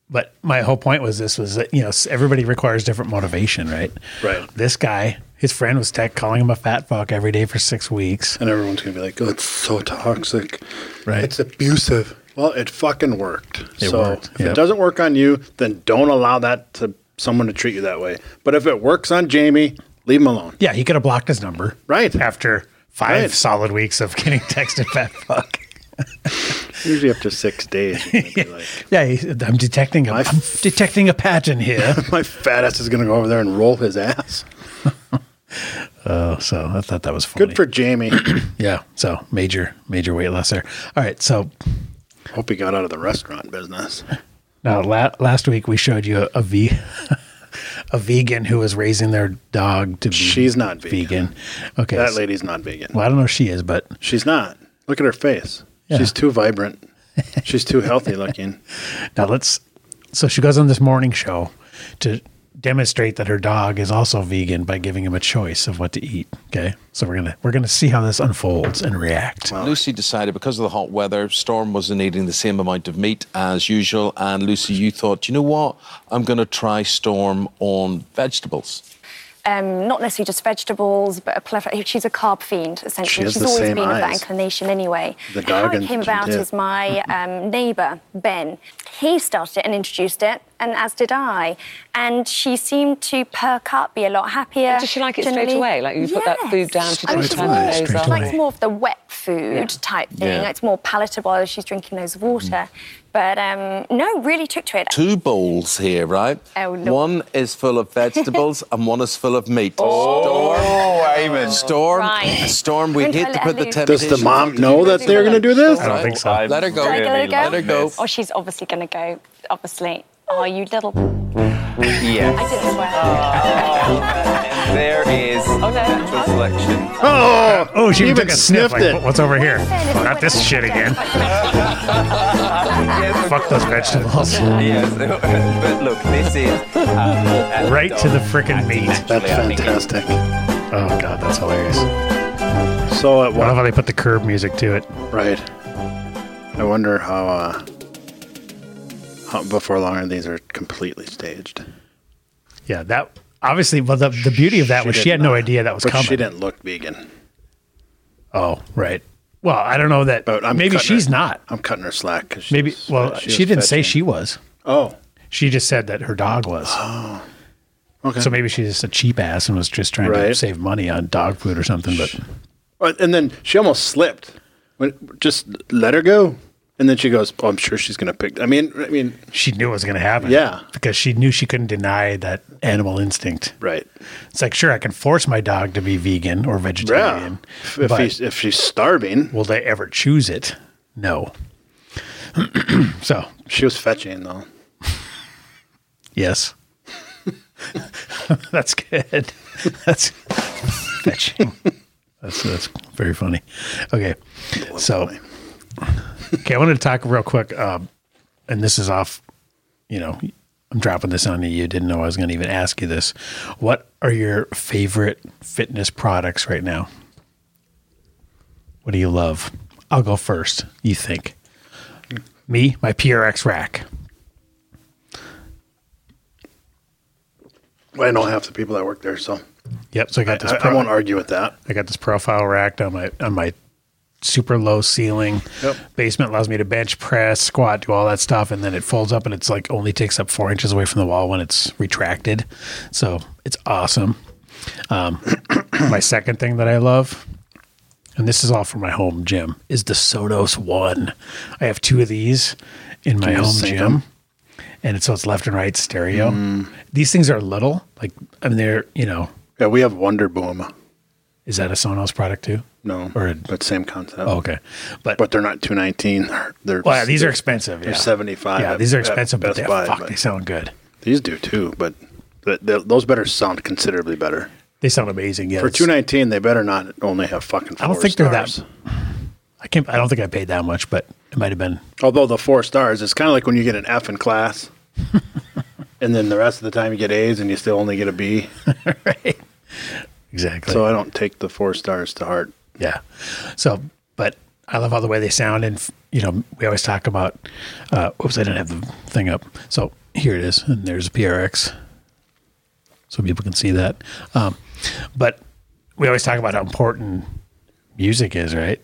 [SPEAKER 1] but my whole point was this was that you know everybody requires different motivation, right?
[SPEAKER 2] Right.
[SPEAKER 1] This guy, his friend was tech calling him a fat fuck every day for 6 weeks.
[SPEAKER 2] And everyone's gonna be like, "Oh, it's so toxic,
[SPEAKER 1] Right.
[SPEAKER 2] It's abusive." Well, it fucking worked.
[SPEAKER 1] It
[SPEAKER 2] so
[SPEAKER 1] worked,
[SPEAKER 2] if
[SPEAKER 1] yep.
[SPEAKER 2] it doesn't work on you, then don't allow that to someone to treat you that way. But if it works on Jamie, leave him alone.
[SPEAKER 1] Yeah, he could have blocked his number.
[SPEAKER 2] Right.
[SPEAKER 1] After 5
[SPEAKER 2] Right.
[SPEAKER 1] solid weeks of getting texted fat fuck.
[SPEAKER 2] Usually after six days, you're gonna be like,
[SPEAKER 1] Yeah, he- I'm detecting a
[SPEAKER 2] My f-
[SPEAKER 1] am detecting a pattern here.
[SPEAKER 2] my fat ass is gonna go over there and roll his ass.
[SPEAKER 1] oh, so I thought that was funny.
[SPEAKER 2] Good for Jamie.
[SPEAKER 1] Yeah. So major, major weight loss there. All right. So
[SPEAKER 2] Hope he got out of the restaurant business.
[SPEAKER 1] now la- last week we showed you a, a ve- a vegan who was raising their dog to be
[SPEAKER 2] She's not vegan.
[SPEAKER 1] vegan. Okay.
[SPEAKER 2] That
[SPEAKER 1] so-
[SPEAKER 2] lady's not vegan.
[SPEAKER 1] well, I don't know if she is, but
[SPEAKER 2] She's not. Look at her face.
[SPEAKER 1] Yeah.
[SPEAKER 2] She's too vibrant. She's too healthy looking.
[SPEAKER 1] now let's. So she goes on this morning show to demonstrate that her dog is also vegan by giving him a choice of what to eat. Okay. So we're gonna we're gonna see how this unfolds and react.
[SPEAKER 3] Lucy decided because of the hot weather, Storm wasn't eating the same amount of meat as usual. And Lucy, you thought, you know what? I'm going to try Storm on vegetables.
[SPEAKER 4] um, not necessarily just vegetables, but a plethora. She's a carb fiend,
[SPEAKER 2] She
[SPEAKER 4] essentially.
[SPEAKER 2] has
[SPEAKER 4] She's
[SPEAKER 2] the
[SPEAKER 4] always
[SPEAKER 2] same
[SPEAKER 4] been of that
[SPEAKER 2] eyes.
[SPEAKER 4] inclination anyway.
[SPEAKER 2] The
[SPEAKER 4] and how
[SPEAKER 2] dog
[SPEAKER 4] it
[SPEAKER 2] and-
[SPEAKER 4] came about
[SPEAKER 2] yeah.
[SPEAKER 4] is my um, neighbour, Ben. He started it and introduced it, and as did I. And she seemed to perk up, be a lot happier.
[SPEAKER 5] Does she like it straight away? Like, you put that food down, she
[SPEAKER 4] I mean,
[SPEAKER 5] doesn't
[SPEAKER 4] she's
[SPEAKER 1] turn
[SPEAKER 4] more,
[SPEAKER 1] her nose
[SPEAKER 4] she
[SPEAKER 1] up.
[SPEAKER 4] likes more of the wet food type thing.
[SPEAKER 3] Yeah.
[SPEAKER 4] It's more palatable as she's drinking loads of water.
[SPEAKER 2] Mm-hmm.
[SPEAKER 4] But um, no, really took to it.
[SPEAKER 3] Two bowls here, right?
[SPEAKER 4] Oh, no.
[SPEAKER 3] One is full of vegetables and one is full of meat. Oh, Storm. Storm.
[SPEAKER 4] Right.
[SPEAKER 3] Storm, we
[SPEAKER 4] Don't
[SPEAKER 3] hate to
[SPEAKER 4] let
[SPEAKER 3] put the
[SPEAKER 4] her leave.
[SPEAKER 3] temptation.
[SPEAKER 2] Does the mom know that they're gonna do this?
[SPEAKER 1] I don't think so.
[SPEAKER 3] Let her go.
[SPEAKER 4] Should I go, let her go?
[SPEAKER 3] Let her go.
[SPEAKER 4] Oh, she's obviously going to go, obviously. Oh, you little. I
[SPEAKER 6] Yes,
[SPEAKER 4] didn't swear.
[SPEAKER 6] there is
[SPEAKER 4] oh,
[SPEAKER 6] natural selection.
[SPEAKER 2] Oh,
[SPEAKER 1] Oh, she
[SPEAKER 2] even
[SPEAKER 1] took a sniff.
[SPEAKER 2] sniffed
[SPEAKER 1] Like,
[SPEAKER 2] it.
[SPEAKER 1] "What- what's over here?
[SPEAKER 4] Fair enough,
[SPEAKER 1] Not this
[SPEAKER 4] whatever.
[SPEAKER 1] shit again.
[SPEAKER 6] Yes,
[SPEAKER 1] Fuck those vegetables.
[SPEAKER 6] yes. but look, this is um,
[SPEAKER 1] Right to the frickin' meat.
[SPEAKER 2] That's fantastic.
[SPEAKER 1] Oh god, that's hilarious.
[SPEAKER 2] So
[SPEAKER 1] I
[SPEAKER 2] at
[SPEAKER 1] love
[SPEAKER 2] one
[SPEAKER 1] how they put the curb music to it.
[SPEAKER 2] right. I wonder how. uh how, before long, these are completely staged.
[SPEAKER 1] Yeah, that obviously. Well, the, the beauty of that was
[SPEAKER 2] did
[SPEAKER 1] she had no
[SPEAKER 2] not.
[SPEAKER 1] idea that was
[SPEAKER 2] uh, But
[SPEAKER 1] coming.
[SPEAKER 2] she didn't look vegan.
[SPEAKER 1] Oh, right. Well, I don't know that.
[SPEAKER 2] But I'm
[SPEAKER 1] maybe
[SPEAKER 2] cutting her-
[SPEAKER 1] she's not.
[SPEAKER 2] I'm cutting her slack uh, because
[SPEAKER 1] Maybe. Well, she, didn't say she was.
[SPEAKER 2] Oh,
[SPEAKER 1] She just said that her dog was.
[SPEAKER 2] okay.
[SPEAKER 1] So maybe she's just a cheap ass and was just trying to
[SPEAKER 2] Right.
[SPEAKER 1] save money on dog food or something. But
[SPEAKER 2] Uh, And then she almost slipped. When, just let her go. And then she goes, oh, I'm sure she's going to pick. I mean, I mean,
[SPEAKER 1] she knew it was going to happen.
[SPEAKER 2] Yeah.
[SPEAKER 1] Because she knew she couldn't deny that animal instinct.
[SPEAKER 2] right.
[SPEAKER 1] It's like, sure, I can force my dog to be vegan or
[SPEAKER 2] Yeah.
[SPEAKER 1] vegetarian.
[SPEAKER 2] If, if he's, if she's starving,
[SPEAKER 1] Will they ever choose it? No. so,
[SPEAKER 2] she was fetching, though.
[SPEAKER 1] yes. that's good. That's fetching. That's, that's very funny. Okay. So, okay, I wanted to talk real quick. Um, and this is off, you know, I'm dropping this on you. You didn't know I was going to even ask you this. What are your favorite fitness products right now? What do you love? I'll go first. You think? Me, my PRX rack.
[SPEAKER 2] But I know half the people that work there, so
[SPEAKER 1] Yep. So I got this.
[SPEAKER 2] I, I
[SPEAKER 1] pro-
[SPEAKER 2] won't argue with that.
[SPEAKER 1] I got this profile racked on my on my super low ceiling
[SPEAKER 2] Yep.
[SPEAKER 1] basement allows me to bench press squat do all that stuff and then it folds up and it's like only takes up four inches away from the wall when it's retracted so it's awesome um, my second thing that i love and this is all for my home gym is the sonos one i have two of these in my
[SPEAKER 2] you
[SPEAKER 1] home
[SPEAKER 2] sync Mm.
[SPEAKER 1] gym
[SPEAKER 2] 'em?
[SPEAKER 1] and it's so it's left and right stereo these things are little like i mean they're you know
[SPEAKER 2] Yeah, we have Wonder Boom.
[SPEAKER 1] is that a sonos product too
[SPEAKER 2] No,
[SPEAKER 1] Or a-
[SPEAKER 2] but same concept.
[SPEAKER 1] oh, okay but
[SPEAKER 2] but they're not two nineteen. They're, they're
[SPEAKER 1] Well, yeah, these are expensive.
[SPEAKER 2] They're
[SPEAKER 1] yeah.
[SPEAKER 2] 75
[SPEAKER 1] Yeah,
[SPEAKER 2] at-
[SPEAKER 1] these are
[SPEAKER 2] at
[SPEAKER 1] expensive, but
[SPEAKER 2] Best
[SPEAKER 1] they,
[SPEAKER 2] Buy,
[SPEAKER 1] fuck,
[SPEAKER 2] but-
[SPEAKER 1] they sound good.
[SPEAKER 2] These do too, but th- th- those better sound considerably better.
[SPEAKER 1] They sound amazing. Yeah,
[SPEAKER 2] For
[SPEAKER 1] it's-
[SPEAKER 2] two nineteen, they better not only have fucking. Four
[SPEAKER 1] I don't think they're that.
[SPEAKER 2] stars.
[SPEAKER 1] I can't. I don't think I paid that much, but it might have been.
[SPEAKER 2] Although the four stars, it's kind of like when you get an F in class, and then the rest of the time you get A's, and you still only get a B.
[SPEAKER 1] Exactly.
[SPEAKER 2] So I don't take the four stars to heart.
[SPEAKER 1] yeah. So, but I love all the way they sound, and you know, we always talk about. Uh, oops, I didn't have the thing up. So here it is, and there's a PRX, so people can see that. Um, but we always talk about how important music is, right?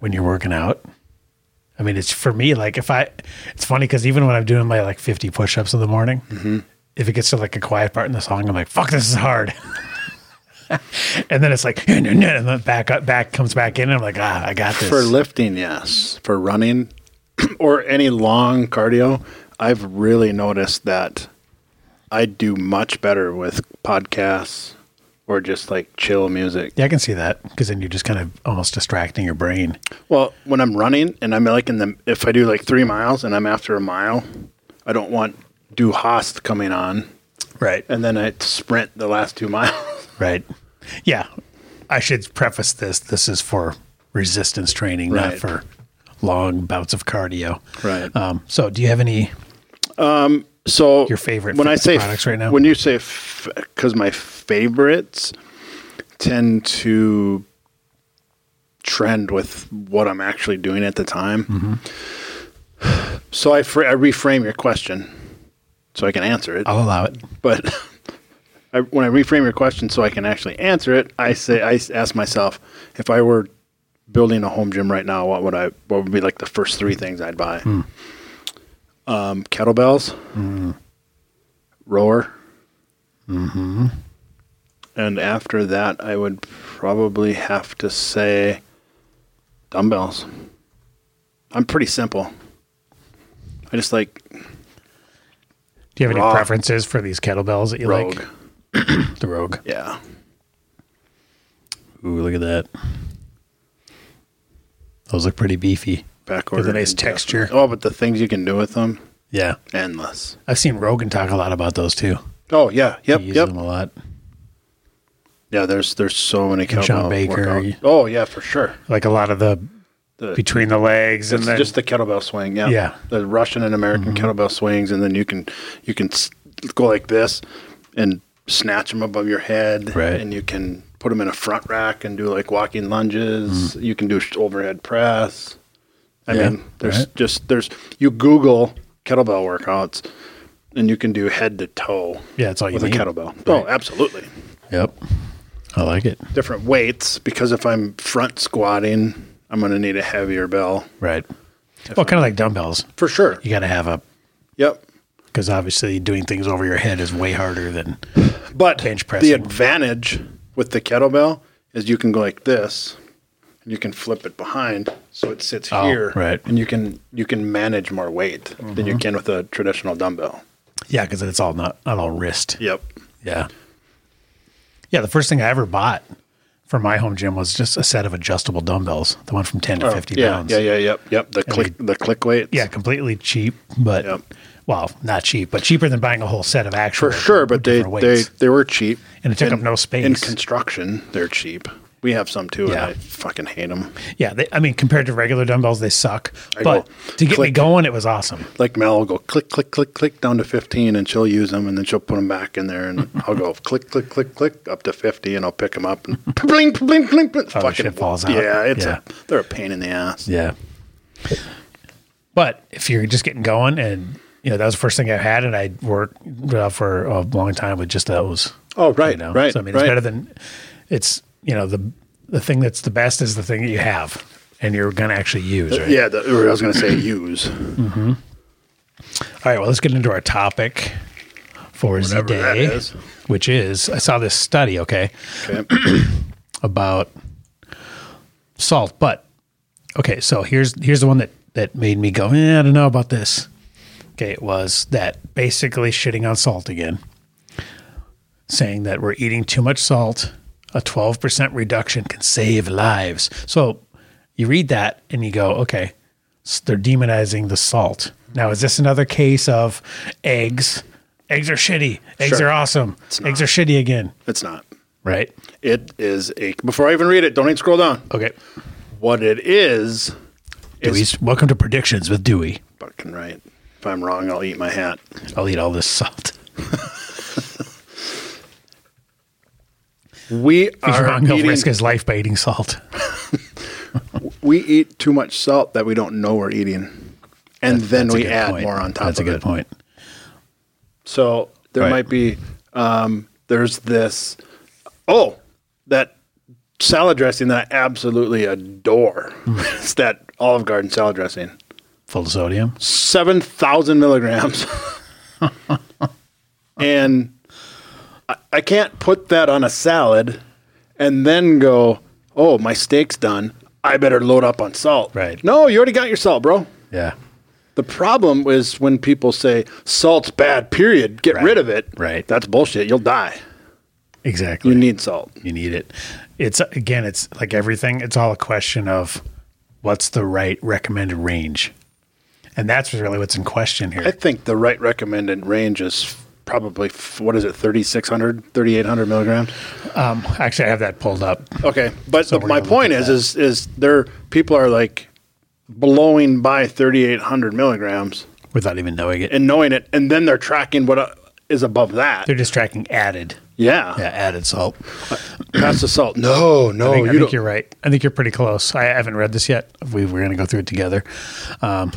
[SPEAKER 1] When you're working out. I mean, it's for me, like if I, it's funny because even when I'm doing my like 50 push ups in the morning, if it gets to like a quiet part in the song, I'm like, fuck, this is hard. and then it's like, and then back up, back comes back in, and I'm like, ah, I got this.
[SPEAKER 2] For lifting, yes. For running or any long cardio, I've really noticed that I do much better with podcasts or just like chill music.
[SPEAKER 1] yeah, I can see that because then you're just kind of almost distracting your brain.
[SPEAKER 2] Well, when I'm running and I'm like in the, if I do like three miles and I'm after a mile, I don't want Du Hast coming on
[SPEAKER 1] Right.
[SPEAKER 2] and then I sprint the last two miles.
[SPEAKER 1] Right. Yeah. I should preface this. This is for resistance training, not
[SPEAKER 2] Right.
[SPEAKER 1] for long bouts of cardio.
[SPEAKER 2] Right.
[SPEAKER 1] Um, so, do you have any?
[SPEAKER 2] So
[SPEAKER 1] Your favorite
[SPEAKER 2] when I
[SPEAKER 1] fitness
[SPEAKER 2] say
[SPEAKER 1] products right now?
[SPEAKER 2] When you say because my favorites tend to trend with what I'm actually doing at the time.
[SPEAKER 1] Mm-hmm.
[SPEAKER 2] So I fra- I reframe your question so I can answer it.
[SPEAKER 1] I'll allow it.
[SPEAKER 2] But I, when I reframe your question so I can actually answer it, I say I s- ask myself if I were building a home gym right now, what would I? What would be like the first three things I'd buy?
[SPEAKER 1] Hmm.
[SPEAKER 2] Um, kettlebells, rower,
[SPEAKER 1] Mm-hmm.
[SPEAKER 2] and after that, I would probably have to say dumbbells. I'm pretty simple. I just like
[SPEAKER 1] Do you have any
[SPEAKER 2] Raw.
[SPEAKER 1] preferences for these kettlebells that you
[SPEAKER 2] rogue.
[SPEAKER 1] like? The Rogue.
[SPEAKER 2] Yeah.
[SPEAKER 1] Ooh, look at that. Those look pretty beefy.
[SPEAKER 2] back
[SPEAKER 1] With a
[SPEAKER 2] order.
[SPEAKER 1] nice
[SPEAKER 2] and stuff.
[SPEAKER 1] texture.
[SPEAKER 2] Oh, but the things you can do with them,
[SPEAKER 1] Yeah.
[SPEAKER 2] endless.
[SPEAKER 1] I've seen Rogan talk a lot about those too.
[SPEAKER 2] Oh yeah, yep,
[SPEAKER 1] He uses
[SPEAKER 2] yep,
[SPEAKER 1] them a lot.
[SPEAKER 2] yeah. There's there's so many
[SPEAKER 1] And Sean
[SPEAKER 2] kettlebell
[SPEAKER 1] Baker,
[SPEAKER 2] workout-
[SPEAKER 1] you-
[SPEAKER 2] Oh yeah, for sure.
[SPEAKER 1] Like a lot of the
[SPEAKER 2] The,
[SPEAKER 1] between the legs and
[SPEAKER 2] it's
[SPEAKER 1] then
[SPEAKER 2] Uh, just the kettlebell swing. Yeah,
[SPEAKER 1] Yeah. Mm-hmm.
[SPEAKER 2] The Russian and American kettlebell swings, and then you can you can s- go like this and snatch them above your head,
[SPEAKER 1] Right.
[SPEAKER 2] And you can put them in a front rack and do like walking lunges. You can do sh- overhead press. I
[SPEAKER 1] Mm-hmm. Yeah,
[SPEAKER 2] mean, there's
[SPEAKER 1] right.
[SPEAKER 2] just there's you Google kettlebell workouts, and you can do head to toe.
[SPEAKER 1] yeah, that's all you
[SPEAKER 2] with a
[SPEAKER 1] need.
[SPEAKER 2] kettlebell. Oh, absolutely.
[SPEAKER 1] Yep. I like it.
[SPEAKER 2] Different weights because if I'm front squatting, I'm going to need a heavier bell
[SPEAKER 1] Right. Well, kind of like dumbbells.
[SPEAKER 2] for sure.
[SPEAKER 1] You got to have a
[SPEAKER 2] Yep.
[SPEAKER 1] because obviously doing things over your head is way harder than
[SPEAKER 2] But
[SPEAKER 1] Bench
[SPEAKER 2] the
[SPEAKER 1] pressing.
[SPEAKER 2] advantage with the kettlebell is you can go like this and you can flip it behind so it sits
[SPEAKER 1] Oh,
[SPEAKER 2] here
[SPEAKER 1] right. Mm-hmm.
[SPEAKER 2] and you can you can manage more weight than you can with a traditional dumbbell.
[SPEAKER 1] yeah because it's all not not all wrist.
[SPEAKER 2] Yep.
[SPEAKER 1] Yeah. Yeah, the first thing I ever bought for my home gym was just a set of adjustable dumbbells, the one from 10 to
[SPEAKER 2] Oh,
[SPEAKER 1] 50
[SPEAKER 2] yeah,
[SPEAKER 1] pounds.
[SPEAKER 2] yeah, yeah, yep, yep. The click, the click weights.
[SPEAKER 1] Yeah, completely cheap, but
[SPEAKER 2] Yep.
[SPEAKER 1] well, not cheap, but cheaper than buying a whole set of actual
[SPEAKER 2] for sure. But they,
[SPEAKER 1] different
[SPEAKER 2] they
[SPEAKER 1] weights.
[SPEAKER 2] they were cheap,
[SPEAKER 1] And it took up no
[SPEAKER 2] In
[SPEAKER 1] space.
[SPEAKER 2] construction, they're cheap. We have some too,
[SPEAKER 1] Yeah.
[SPEAKER 2] and I fucking hate them.
[SPEAKER 1] yeah, they, I mean, compared to regular dumbbells, they suck.
[SPEAKER 2] I
[SPEAKER 1] but
[SPEAKER 2] go,
[SPEAKER 1] to get me
[SPEAKER 2] click.
[SPEAKER 1] going, it was awesome.
[SPEAKER 2] Like Mel will go click, click, click, click down to fifteen, and she'll use them, and then she'll put them back in there, and I'll go click, click, click, click up to fifty, and I'll pick them up and bling, bling, bling, bling.
[SPEAKER 1] Oh, the shit falls out.
[SPEAKER 2] Yeah, it's
[SPEAKER 1] Yeah.
[SPEAKER 2] A, they're a pain in the ass.
[SPEAKER 1] Yeah. But if you're just getting going and you know, that was the first thing I had, and I worked uh, for a long time with just those.
[SPEAKER 2] Oh, right,
[SPEAKER 1] you know?
[SPEAKER 2] right,
[SPEAKER 1] So I mean,
[SPEAKER 2] right.
[SPEAKER 1] it's better than it's you know the the thing that's the best is the thing that you have and you're going to actually use. Right?
[SPEAKER 2] Uh, Yeah, the, or I was going to say use.
[SPEAKER 1] All right. Well, let's get into our topic for
[SPEAKER 2] Whatever
[SPEAKER 1] today,
[SPEAKER 2] that is.
[SPEAKER 1] which is I saw this study. Okay.
[SPEAKER 2] Okay.
[SPEAKER 1] about salt. But okay, so here's here's the one that that made me go, eh, I don't know about this. Okay, it was that basically shitting on salt again, saying that we're eating too much salt. A twelve percent reduction can save lives. So you read that and you go, okay, s- they're demonizing the salt. Now is this another case of eggs? Eggs are shitty. Eggs
[SPEAKER 2] Sure.
[SPEAKER 1] are awesome. Eggs are shitty again,
[SPEAKER 2] It's not.
[SPEAKER 1] right?
[SPEAKER 2] It is a. Before I even read it, don't even scroll down.
[SPEAKER 1] Okay.
[SPEAKER 2] What it is is
[SPEAKER 1] Dewey's Welcome to Predictions with Dewey.
[SPEAKER 2] fucking right. If I'm wrong, I'll eat my hat.
[SPEAKER 1] I'll eat all this salt.
[SPEAKER 2] We
[SPEAKER 1] If you're
[SPEAKER 2] are
[SPEAKER 1] wrong, he'll
[SPEAKER 2] eating.
[SPEAKER 1] risk his life by eating salt.
[SPEAKER 2] We eat too much salt that we don't know we're eating, and then
[SPEAKER 1] That's a
[SPEAKER 2] we
[SPEAKER 1] good
[SPEAKER 2] add
[SPEAKER 1] point.
[SPEAKER 2] more on top.
[SPEAKER 1] That's
[SPEAKER 2] of
[SPEAKER 1] a good
[SPEAKER 2] it.
[SPEAKER 1] point.
[SPEAKER 2] So there
[SPEAKER 1] Right.
[SPEAKER 2] might be um, there's this oh that salad dressing that I absolutely adore.
[SPEAKER 1] Mm.
[SPEAKER 2] it's that Olive Garden salad dressing,
[SPEAKER 1] Full of sodium.
[SPEAKER 2] seven thousand milligrams, and I, I can't put that on a salad and then go oh my steak's done. I better load up on salt.
[SPEAKER 1] Right.
[SPEAKER 2] No, you already got your salt, bro.
[SPEAKER 1] Yeah.
[SPEAKER 2] The problem is when people say salt's bad, period, get
[SPEAKER 1] Right.
[SPEAKER 2] rid of it.
[SPEAKER 1] Right.
[SPEAKER 2] That's bullshit. You'll die.
[SPEAKER 1] Exactly.
[SPEAKER 2] You need salt.
[SPEAKER 1] you need it. It's again, it's like everything, it's all a question of what's the right recommended range. And that's really what's in question
[SPEAKER 2] I
[SPEAKER 1] here.
[SPEAKER 2] think the right recommended range is probably, f- what is it, 3,600, 3,800 milligrams?
[SPEAKER 1] Um, actually, I have that pulled up.
[SPEAKER 2] Okay. But
[SPEAKER 1] So
[SPEAKER 2] the-
[SPEAKER 1] we're
[SPEAKER 2] my
[SPEAKER 1] gonna look
[SPEAKER 2] point
[SPEAKER 1] at
[SPEAKER 2] is,
[SPEAKER 1] that.
[SPEAKER 2] is, is there, people are like blowing by 3,800 milligrams
[SPEAKER 1] without even knowing it.
[SPEAKER 2] and knowing it, and then they're tracking what uh, is above that.
[SPEAKER 1] They're just tracking added.
[SPEAKER 2] yeah.
[SPEAKER 1] Yeah, added salt.
[SPEAKER 2] That's the salt. No, no.
[SPEAKER 1] I think, I
[SPEAKER 2] Oh, you
[SPEAKER 1] think
[SPEAKER 2] don't-
[SPEAKER 1] you're right. I think you're pretty close. I haven't read this yet. We were going to go through it together. Um,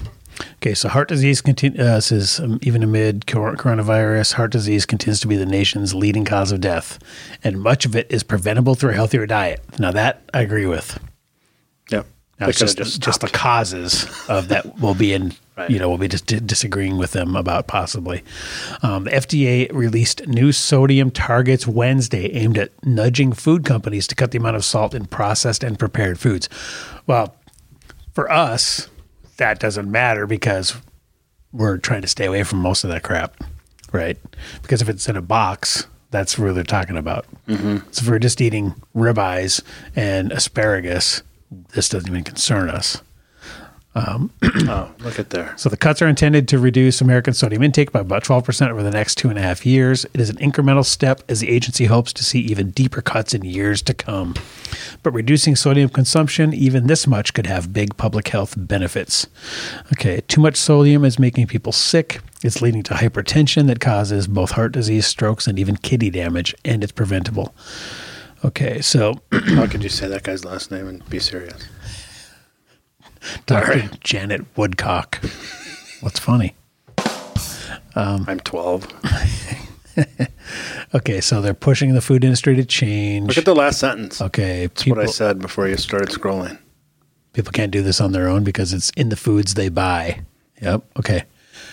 [SPEAKER 1] okay, so heart disease continu- uh, says um, even amid cor- coronavirus, heart disease continues to be the nation's leading cause of death, and much of it is preventable through a healthier diet. Now that I agree with.
[SPEAKER 2] yeah.
[SPEAKER 1] Now,
[SPEAKER 2] They
[SPEAKER 1] it's just
[SPEAKER 2] could've just
[SPEAKER 1] just, the causes of that will be in
[SPEAKER 2] Right.
[SPEAKER 1] you know we'll be just di- disagreeing with them about possibly. Um, the FDA released new sodium targets Wednesday aimed at nudging food companies to cut the amount of salt in processed and prepared foods. Well, for us that doesn't matter because we're trying to stay away from most of that crap, right? Because if it's in a box, that's where they're talking about. So if we're just eating ribeyes and asparagus, this doesn't even concern us.
[SPEAKER 2] Oh, look at there.
[SPEAKER 1] So the cuts are intended to reduce American sodium intake by about 12% over the next two and a half years. It is an incremental step as the agency hopes to see even deeper cuts in years to come. But reducing sodium consumption, even this much, could have big public health benefits. Okay, too much sodium is making people sick. It's leading to hypertension that causes both heart disease, strokes, and even kidney damage, and it's preventable. Okay, so
[SPEAKER 2] How could you say that guy's last name and be serious?
[SPEAKER 1] Dr. Janet Woodcock. What's funny? Um,
[SPEAKER 2] I'm 12.
[SPEAKER 1] Okay, so they're pushing the food industry to change.
[SPEAKER 2] Look at the last sentence.
[SPEAKER 1] Okay,
[SPEAKER 2] That's
[SPEAKER 1] Uh, people,
[SPEAKER 2] what I said before you started scrolling.
[SPEAKER 1] people can't do this on their own because it's in the foods they buy. Yep. Okay.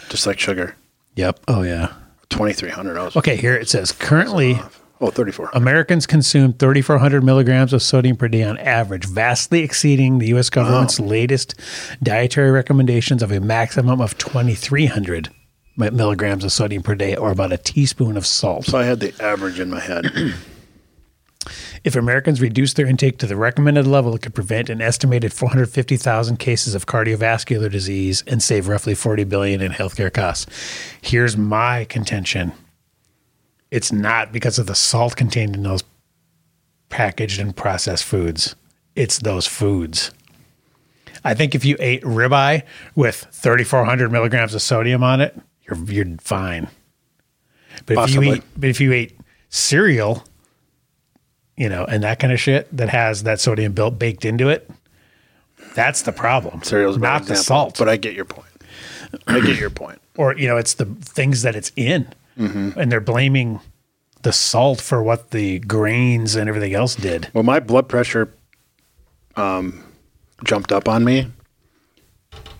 [SPEAKER 2] Just like sugar.
[SPEAKER 1] Yep. Oh yeah.
[SPEAKER 2] 2300. I was
[SPEAKER 1] Okay. Um, Here it says currently
[SPEAKER 2] Oh, 34.
[SPEAKER 1] Americans consume 3,400 milligrams of sodium per day on average, vastly exceeding the U.S. government's latest dietary recommendations of a maximum of 2,300 mi- milligrams of sodium per day, or about a teaspoon of salt.
[SPEAKER 2] so I had the average in my head.
[SPEAKER 1] If Americans reduce their intake to the recommended level, it could prevent an estimated 450,000 cases of cardiovascular disease and save roughly 40 billion in healthcare costs. Here's my contention. It's not because of the salt contained in those packaged and processed foods. It's those foods. I think if you ate ribeye with 3,400 milligrams of sodium on it, you're you're fine. But if you
[SPEAKER 2] Possibly.
[SPEAKER 1] eat, but if you ate cereal, you know, and that kind of shit that has that sodium built baked into it, that's the problem.
[SPEAKER 2] Cereal's a bad
[SPEAKER 1] not the
[SPEAKER 2] example,
[SPEAKER 1] salt.
[SPEAKER 2] But I get your point. I get your point.
[SPEAKER 1] or you know, it's the things that it's in,
[SPEAKER 2] Mm-hmm.
[SPEAKER 1] and they're blaming the salt for what the grains and everything else did.
[SPEAKER 2] Well, my blood pressure um, jumped up on me.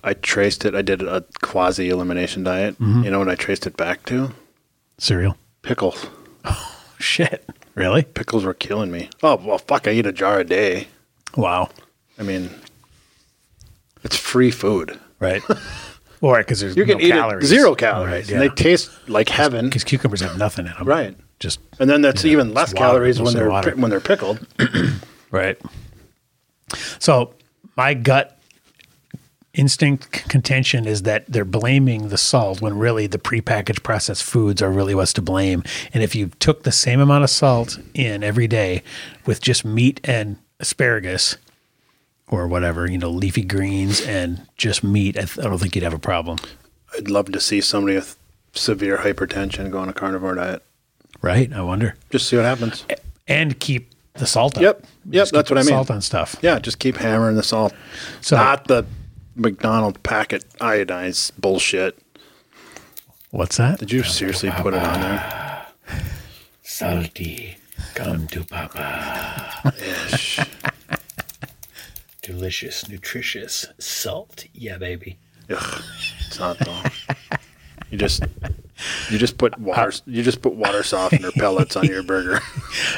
[SPEAKER 2] I traced it. I did a quasi elimination diet.
[SPEAKER 1] Mm-hmm.
[SPEAKER 2] You know what I traced it back to?
[SPEAKER 1] Cereal,
[SPEAKER 2] Pickles.
[SPEAKER 1] shit, really?
[SPEAKER 2] Pickles were killing me. Oh, well, fuck, I eat a jar a day.
[SPEAKER 1] Wow,
[SPEAKER 2] I mean, it's free food.
[SPEAKER 1] right? Or because there's
[SPEAKER 2] You can
[SPEAKER 1] no
[SPEAKER 2] eat
[SPEAKER 1] calories.
[SPEAKER 2] it zero calories,
[SPEAKER 1] Right, yeah.
[SPEAKER 2] and they taste like heaven.
[SPEAKER 1] because cucumbers have nothing in them,
[SPEAKER 2] Right.
[SPEAKER 1] Just
[SPEAKER 2] And then that's
[SPEAKER 1] Yeah,
[SPEAKER 2] even
[SPEAKER 1] it's
[SPEAKER 2] less
[SPEAKER 1] water,
[SPEAKER 2] calories when
[SPEAKER 1] mostly
[SPEAKER 2] they're
[SPEAKER 1] water.
[SPEAKER 2] when they're pickled.
[SPEAKER 1] right. So my gut instinct c- contention is that they're blaming the salt when really the prepackaged processed foods are really what's to blame. And if you took the same amount of salt in every day with just meat and asparagus or whatever, you know, leafy greens and just meat, I, th- I don't think you'd have a problem,
[SPEAKER 2] I'd love to see somebody with severe hypertension go on a carnivore diet.
[SPEAKER 1] right? I wonder.
[SPEAKER 2] Just see what happens.
[SPEAKER 1] And keep the salt up.
[SPEAKER 2] Yep. Yep,
[SPEAKER 1] Just keep
[SPEAKER 2] that's what
[SPEAKER 1] the
[SPEAKER 2] I mean.
[SPEAKER 1] Salt on stuff.
[SPEAKER 2] Yeah, just keep hammering the salt.
[SPEAKER 1] So-
[SPEAKER 2] Not the McDonald packet iodized bullshit.
[SPEAKER 1] What's that?
[SPEAKER 2] Did you seriously put it on there?
[SPEAKER 7] Salty, come to Papa. Delicious, nutritious salt. Yeah, baby.
[SPEAKER 2] Ugh, it's not though. You just you just put water you just put water softener pellets on your burger.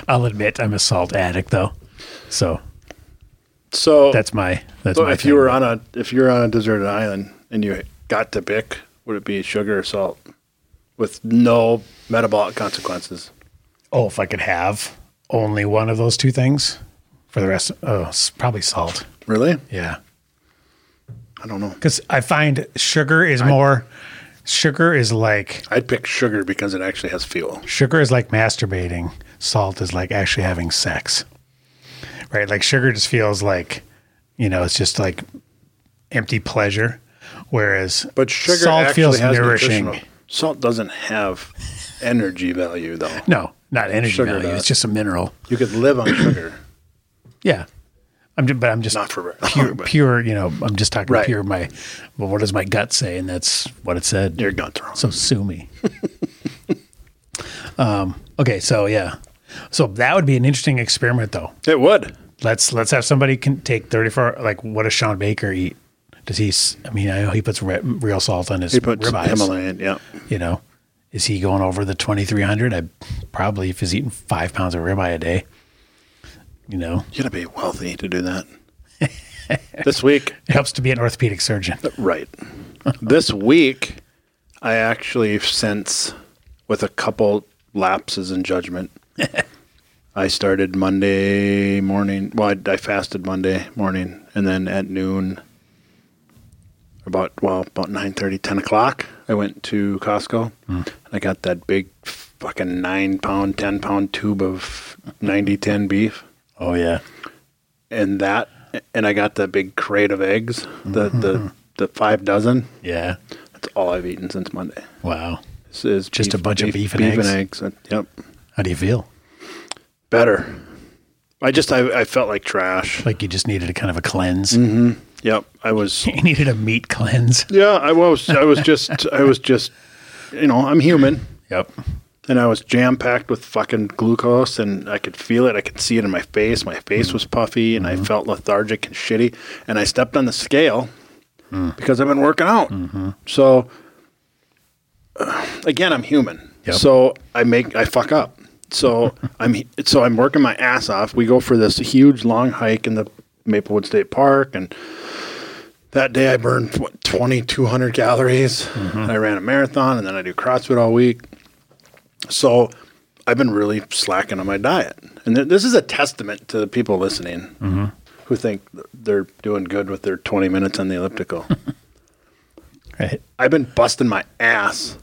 [SPEAKER 1] I'll admit I'm a salt addict though. So
[SPEAKER 2] So
[SPEAKER 1] that's my that's
[SPEAKER 2] so
[SPEAKER 1] my
[SPEAKER 2] Oh. if you were on a if you're on a deserted island and you got to pick, would it be sugar or salt? With no metabolic consequences.
[SPEAKER 1] Oh, if I could have only one of those two things for the rest oh, s- probably salt.
[SPEAKER 2] Really?
[SPEAKER 1] Yeah.
[SPEAKER 2] I don't know.
[SPEAKER 1] Cuz I find sugar is more sugar is like
[SPEAKER 2] I'd pick sugar because it actually has fuel.
[SPEAKER 1] sugar is like masturbating. Salt is like actually having sex. Right? Like sugar just feels like you know, it's just like empty pleasure whereas
[SPEAKER 2] But sugar
[SPEAKER 1] salt
[SPEAKER 2] actually
[SPEAKER 1] feels
[SPEAKER 2] has
[SPEAKER 1] nourishing.
[SPEAKER 2] nutritional- Salt doesn't have energy value though.
[SPEAKER 1] No, not energy
[SPEAKER 2] Sugar
[SPEAKER 1] value.
[SPEAKER 2] does.
[SPEAKER 1] It's just a mineral.
[SPEAKER 2] You could live on sugar,
[SPEAKER 1] Yeah. I'm just, but I'm just
[SPEAKER 2] not for
[SPEAKER 1] pure,
[SPEAKER 2] but
[SPEAKER 1] pure, you know, I'm just talking
[SPEAKER 2] Right.
[SPEAKER 1] pure my, well, what does my gut say? And that's what it said.
[SPEAKER 2] your gut's wrong.
[SPEAKER 1] so sue me. um, okay. So yeah. So that would be an interesting experiment though.
[SPEAKER 2] It would.
[SPEAKER 1] Let's, let's have somebody can take 34, like what does Sean Baker eat? Does he, s- I mean, I know he puts re, real salt on his
[SPEAKER 2] He puts
[SPEAKER 1] ribeyes,
[SPEAKER 2] Himalayan. Yeah.
[SPEAKER 1] you know, is he going over the 2,300? I probably, if he's eating five pounds of ribeye a day, you know,
[SPEAKER 2] You gotta be wealthy to do that. this week,
[SPEAKER 1] it helps to be an orthopedic surgeon.
[SPEAKER 2] right. This week, I actually since, with a couple lapses in judgment, I started Monday morning. Well, I, I fasted Monday morning, and then at noon, about well, about 9:30, 10 o'clock, I went to Costco, and I got that big fucking nine pound, ten pound tube of 90-10 beef.
[SPEAKER 1] Oh yeah.
[SPEAKER 2] and that and I got the big crate of eggs, the the the five dozen.
[SPEAKER 1] Yeah.
[SPEAKER 2] That's all I've eaten since Monday.
[SPEAKER 1] Wow.
[SPEAKER 2] This is
[SPEAKER 1] Just a bunch of beef and
[SPEAKER 2] eggs. Uh, Yep,
[SPEAKER 1] How do you feel?
[SPEAKER 2] better. I just I, I felt like trash.
[SPEAKER 1] Like you just needed a kind of a cleanse.
[SPEAKER 2] Mm. Yep, I was.
[SPEAKER 1] You needed a meat cleanse.
[SPEAKER 2] Yeah, I was. I was just. I was just. You know, I'm human,
[SPEAKER 1] Yep.
[SPEAKER 2] and I was jam packed with fucking glucose, and I could feel it. I could see it in my face. My face was puffy, and
[SPEAKER 1] Mm-hmm.
[SPEAKER 2] I felt lethargic and shitty. And I stepped on the scale because I've been working out. So uh, again, I'm human.
[SPEAKER 1] Yep.
[SPEAKER 2] So I make I fuck up. So I'm so I'm working my ass off. We go for this huge long hike in the Maplewood State Park, and that day I burned what, 2,200 calories. And I ran a marathon, and then I do CrossFit all week. So I've been really slacking on my diet, and th- this is a testament to the people listening who think th- they're doing good with their 20 minutes on the elliptical.
[SPEAKER 1] Right.
[SPEAKER 2] I've been busting my ass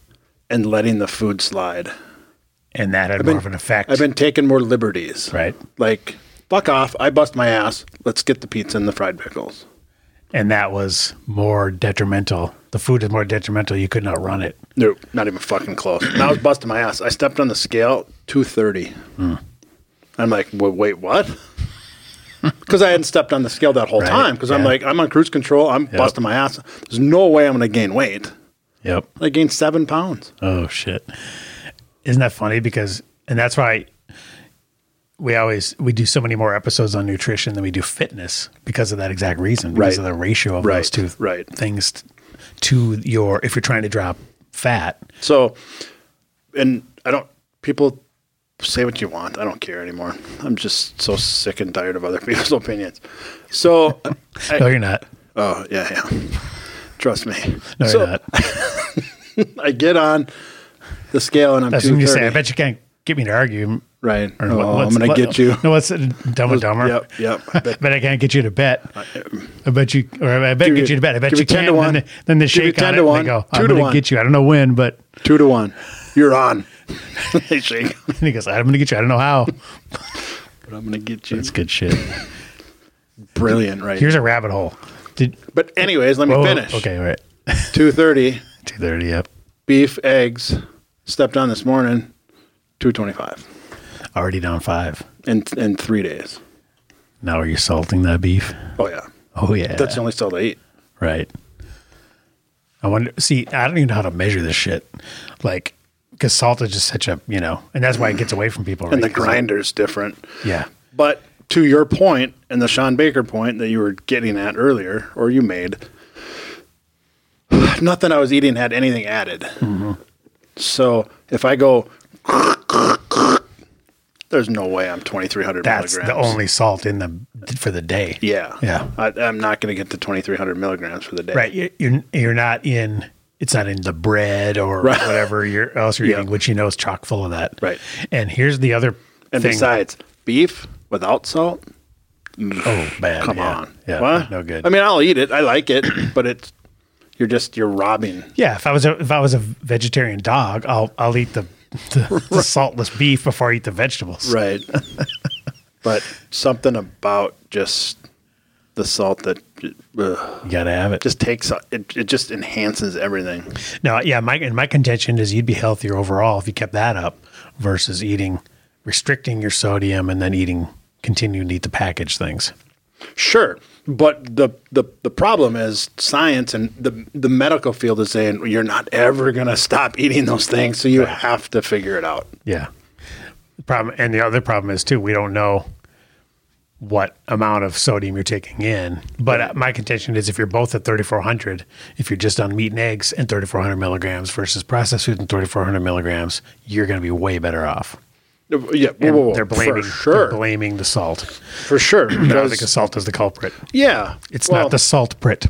[SPEAKER 2] and letting the food slide.
[SPEAKER 1] And that had
[SPEAKER 2] been-
[SPEAKER 1] more of an effect.
[SPEAKER 2] I've been taking more liberties.
[SPEAKER 1] Right.
[SPEAKER 2] Like, fuck off. I bust my ass. Let's get the pizza and the fried pickles.
[SPEAKER 1] and that was more detrimental. The food is more detrimental. You could not run it.
[SPEAKER 2] Nope. Not even fucking close. and I was busting my ass. I stepped on the scale, 230.
[SPEAKER 1] Hmm.
[SPEAKER 2] I'm like, well, wait, what? Because I hadn't stepped on the scale that whole
[SPEAKER 1] Right,
[SPEAKER 2] time. Because I'm
[SPEAKER 1] yeah.
[SPEAKER 2] like, I'm on cruise control. I'm busting my ass. There's no way I'm going to gain weight.
[SPEAKER 1] Yep.
[SPEAKER 2] I gained seven pounds.
[SPEAKER 1] Oh shit! Isn't that funny? Because and that's why we always we do so many more episodes on nutrition than we do fitness because of that exact reason. Because
[SPEAKER 2] Right.
[SPEAKER 1] of the ratio of
[SPEAKER 2] Right.
[SPEAKER 1] those two
[SPEAKER 2] Right.
[SPEAKER 1] things t- to your if you're trying to drop fat.
[SPEAKER 2] So, and I don't, people say what you want. I don't care anymore. I'm just so sick and tired of other people's opinions. So, I-
[SPEAKER 1] No, you're not.
[SPEAKER 2] oh, yeah, yeah. Trust me.
[SPEAKER 1] No,
[SPEAKER 2] so
[SPEAKER 1] you're not.
[SPEAKER 2] I get on the scale and I'm
[SPEAKER 1] That's when you say, I
[SPEAKER 2] 230.
[SPEAKER 1] bet you can't get me to argue.
[SPEAKER 2] Right.
[SPEAKER 1] Or
[SPEAKER 2] Oh,
[SPEAKER 1] what-
[SPEAKER 2] I'm
[SPEAKER 1] what's-
[SPEAKER 2] going to
[SPEAKER 1] what-
[SPEAKER 2] get you.
[SPEAKER 1] No, what's it, Dumb and Dumber?
[SPEAKER 2] Yep, yep. I bet-
[SPEAKER 1] But I can't get you to bet. I bet you, or I bet
[SPEAKER 2] me-
[SPEAKER 1] get you to bet. I bet
[SPEAKER 2] give
[SPEAKER 1] you can.
[SPEAKER 2] me 10 to
[SPEAKER 1] and Then
[SPEAKER 2] one.
[SPEAKER 1] they, then they
[SPEAKER 2] Give me
[SPEAKER 1] shake
[SPEAKER 2] 10
[SPEAKER 1] on it
[SPEAKER 2] to
[SPEAKER 1] and they
[SPEAKER 2] one,
[SPEAKER 1] go,
[SPEAKER 2] two
[SPEAKER 1] "I'm
[SPEAKER 2] to
[SPEAKER 1] going to
[SPEAKER 2] one."
[SPEAKER 1] get you. I don't know when, but."
[SPEAKER 2] Two to one. You're on. they shake.
[SPEAKER 1] And he goes, "I'm going to get you. I don't know how."
[SPEAKER 2] But I'm going to get you.
[SPEAKER 1] That's good shit.
[SPEAKER 2] Brilliant, right?
[SPEAKER 1] Here's a rabbit hole. Did
[SPEAKER 2] but anyways, let me
[SPEAKER 1] oh,
[SPEAKER 2] finish.
[SPEAKER 1] Okay, all right.
[SPEAKER 2] 230
[SPEAKER 1] Two thirty. Yep.
[SPEAKER 2] beef eggs stepped on this morning 225
[SPEAKER 1] Already down five.
[SPEAKER 2] in in 3 days.
[SPEAKER 1] Now are you salting that beef?
[SPEAKER 2] Oh yeah.
[SPEAKER 1] Oh yeah.
[SPEAKER 2] That's the only salt I eat.
[SPEAKER 1] Right. I wonder. See, I don't even know how to measure this shit. Like, because salt is just such a you know, and that's why it gets away from people.
[SPEAKER 2] And the
[SPEAKER 1] right? 'Cause it-
[SPEAKER 2] grinder's different.
[SPEAKER 1] Yeah.
[SPEAKER 2] But to your point and the Sean Baker point that you were getting at earlier, or you made, nothing I was eating had anything added.
[SPEAKER 1] Mm-hmm.
[SPEAKER 2] So if I go, there's no way I'm 2,300
[SPEAKER 1] That's the
[SPEAKER 2] milligrams.
[SPEAKER 1] only salt in the for the day.
[SPEAKER 2] Yeah.
[SPEAKER 1] Yeah.
[SPEAKER 2] I, I'm not going to get to 2,300 milligrams for the day.
[SPEAKER 1] Right. you- You're you're not in. It's not in the bread or
[SPEAKER 2] Right.
[SPEAKER 1] whatever you're, else you're
[SPEAKER 2] Yeah.
[SPEAKER 1] eating, which you know is chock full of that.
[SPEAKER 2] Right.
[SPEAKER 1] And here's the other
[SPEAKER 2] And
[SPEAKER 1] thing.
[SPEAKER 2] besides, beef without salt?
[SPEAKER 1] oh, bad.
[SPEAKER 2] Come
[SPEAKER 1] yeah.
[SPEAKER 2] on.
[SPEAKER 1] Yeah.
[SPEAKER 2] What?
[SPEAKER 1] No good.
[SPEAKER 2] I mean, I'll eat it. I like it, but it's, you're just, you're robbing.
[SPEAKER 1] Yeah, if I was a if I was a vegetarian dog, I'll I'll eat the the, the saltless beef before I eat the vegetables.
[SPEAKER 2] Right. but something about just the salt that ugh,
[SPEAKER 1] You gotta have it.
[SPEAKER 2] just takes it, it just enhances everything.
[SPEAKER 1] no, yeah. My and my contention is you'd be healthier overall if you kept that up versus eating restricting your sodium and then eating continuing to eat the packaged things.
[SPEAKER 2] Sure, but the the, the problem is science and the the medical field is saying you're not ever going to stop eating those things, so you have to figure it out.
[SPEAKER 1] Yeah. The problem and the other problem is too we don't know what amount of sodium you're taking in. But uh, my contention is if you're both at 3400, if you're just on meat and eggs and 3400 milligrams versus processed food and 3400 milligrams, you're going to be way better off.
[SPEAKER 2] Yeah, whoa,
[SPEAKER 1] And
[SPEAKER 2] whoa, whoa,
[SPEAKER 1] they're blaming
[SPEAKER 2] for
[SPEAKER 1] they're
[SPEAKER 2] sure,
[SPEAKER 1] blaming the salt.
[SPEAKER 2] for sure.
[SPEAKER 1] No, I
[SPEAKER 2] because-
[SPEAKER 1] think the salt is the culprit.
[SPEAKER 2] yeah,
[SPEAKER 1] It's
[SPEAKER 2] well,
[SPEAKER 1] not the salt prit.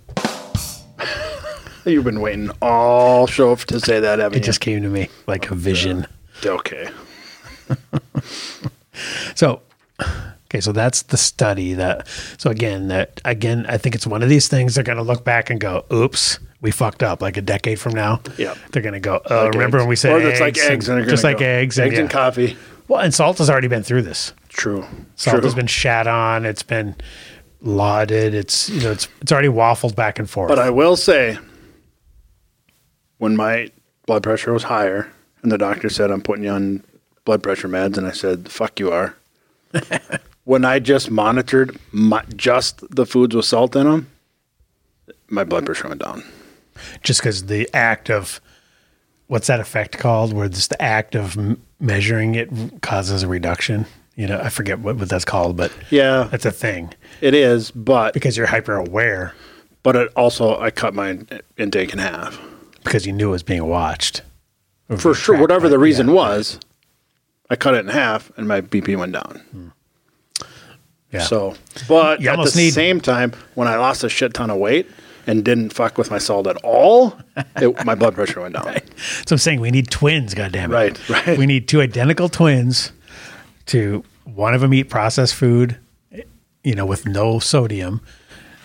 [SPEAKER 2] You've been waiting all show to say that, haven't
[SPEAKER 1] It
[SPEAKER 2] you?
[SPEAKER 1] just came to me like a vision.
[SPEAKER 2] okay.
[SPEAKER 1] So, okay, so that's the study that. So again, that again, I think it's one of these things they're going to look back and go, "Oops, we fucked up." Like a decade from now,
[SPEAKER 2] Yeah.
[SPEAKER 1] they're going to go, "Oh,
[SPEAKER 2] Like
[SPEAKER 1] remember
[SPEAKER 2] eggs.
[SPEAKER 1] when we said
[SPEAKER 2] or
[SPEAKER 1] eggs
[SPEAKER 2] it's like eggs,
[SPEAKER 1] and-
[SPEAKER 2] and they're
[SPEAKER 1] just
[SPEAKER 2] gonna
[SPEAKER 1] like
[SPEAKER 2] go,
[SPEAKER 1] eggs,
[SPEAKER 2] eggs
[SPEAKER 1] and,
[SPEAKER 2] and
[SPEAKER 1] yeah.
[SPEAKER 2] coffee.
[SPEAKER 1] Well, and salt has already been through this.
[SPEAKER 2] True.
[SPEAKER 1] Salt
[SPEAKER 2] True.
[SPEAKER 1] has been shat on. It's been lauded. It's you know, it's it's already waffled back and forth.
[SPEAKER 2] But I will say, when my blood pressure was higher, and the doctor said, "I'm putting you on blood pressure meds," and I said, "The "Fuck you are." when I just monitored my, just the foods with salt in them, my blood pressure went down.
[SPEAKER 1] just because the act of what's that effect called where just the act of m- measuring it causes a reduction you know i forget what, what that's called but
[SPEAKER 2] Yeah.
[SPEAKER 1] that's a thing
[SPEAKER 2] It is, but
[SPEAKER 1] because you're hyper aware
[SPEAKER 2] but it also I cut my in- intake in half
[SPEAKER 1] because you knew it was being watched
[SPEAKER 2] for sure.
[SPEAKER 1] tracked
[SPEAKER 2] Whatever
[SPEAKER 1] by-
[SPEAKER 2] the reason
[SPEAKER 1] yeah.
[SPEAKER 2] was, I cut it in half, and my BP went down.
[SPEAKER 1] yeah
[SPEAKER 2] So, but
[SPEAKER 1] You
[SPEAKER 2] at
[SPEAKER 1] almost
[SPEAKER 2] the
[SPEAKER 1] need-
[SPEAKER 2] same time, when I lost a shit ton of weight and didn't fuck with my salt at all, it, my blood pressure went down.
[SPEAKER 1] so i'm saying we need twins goddammit.
[SPEAKER 2] Right, right.
[SPEAKER 1] we need two identical twins to one of them eat processed food you know with no sodium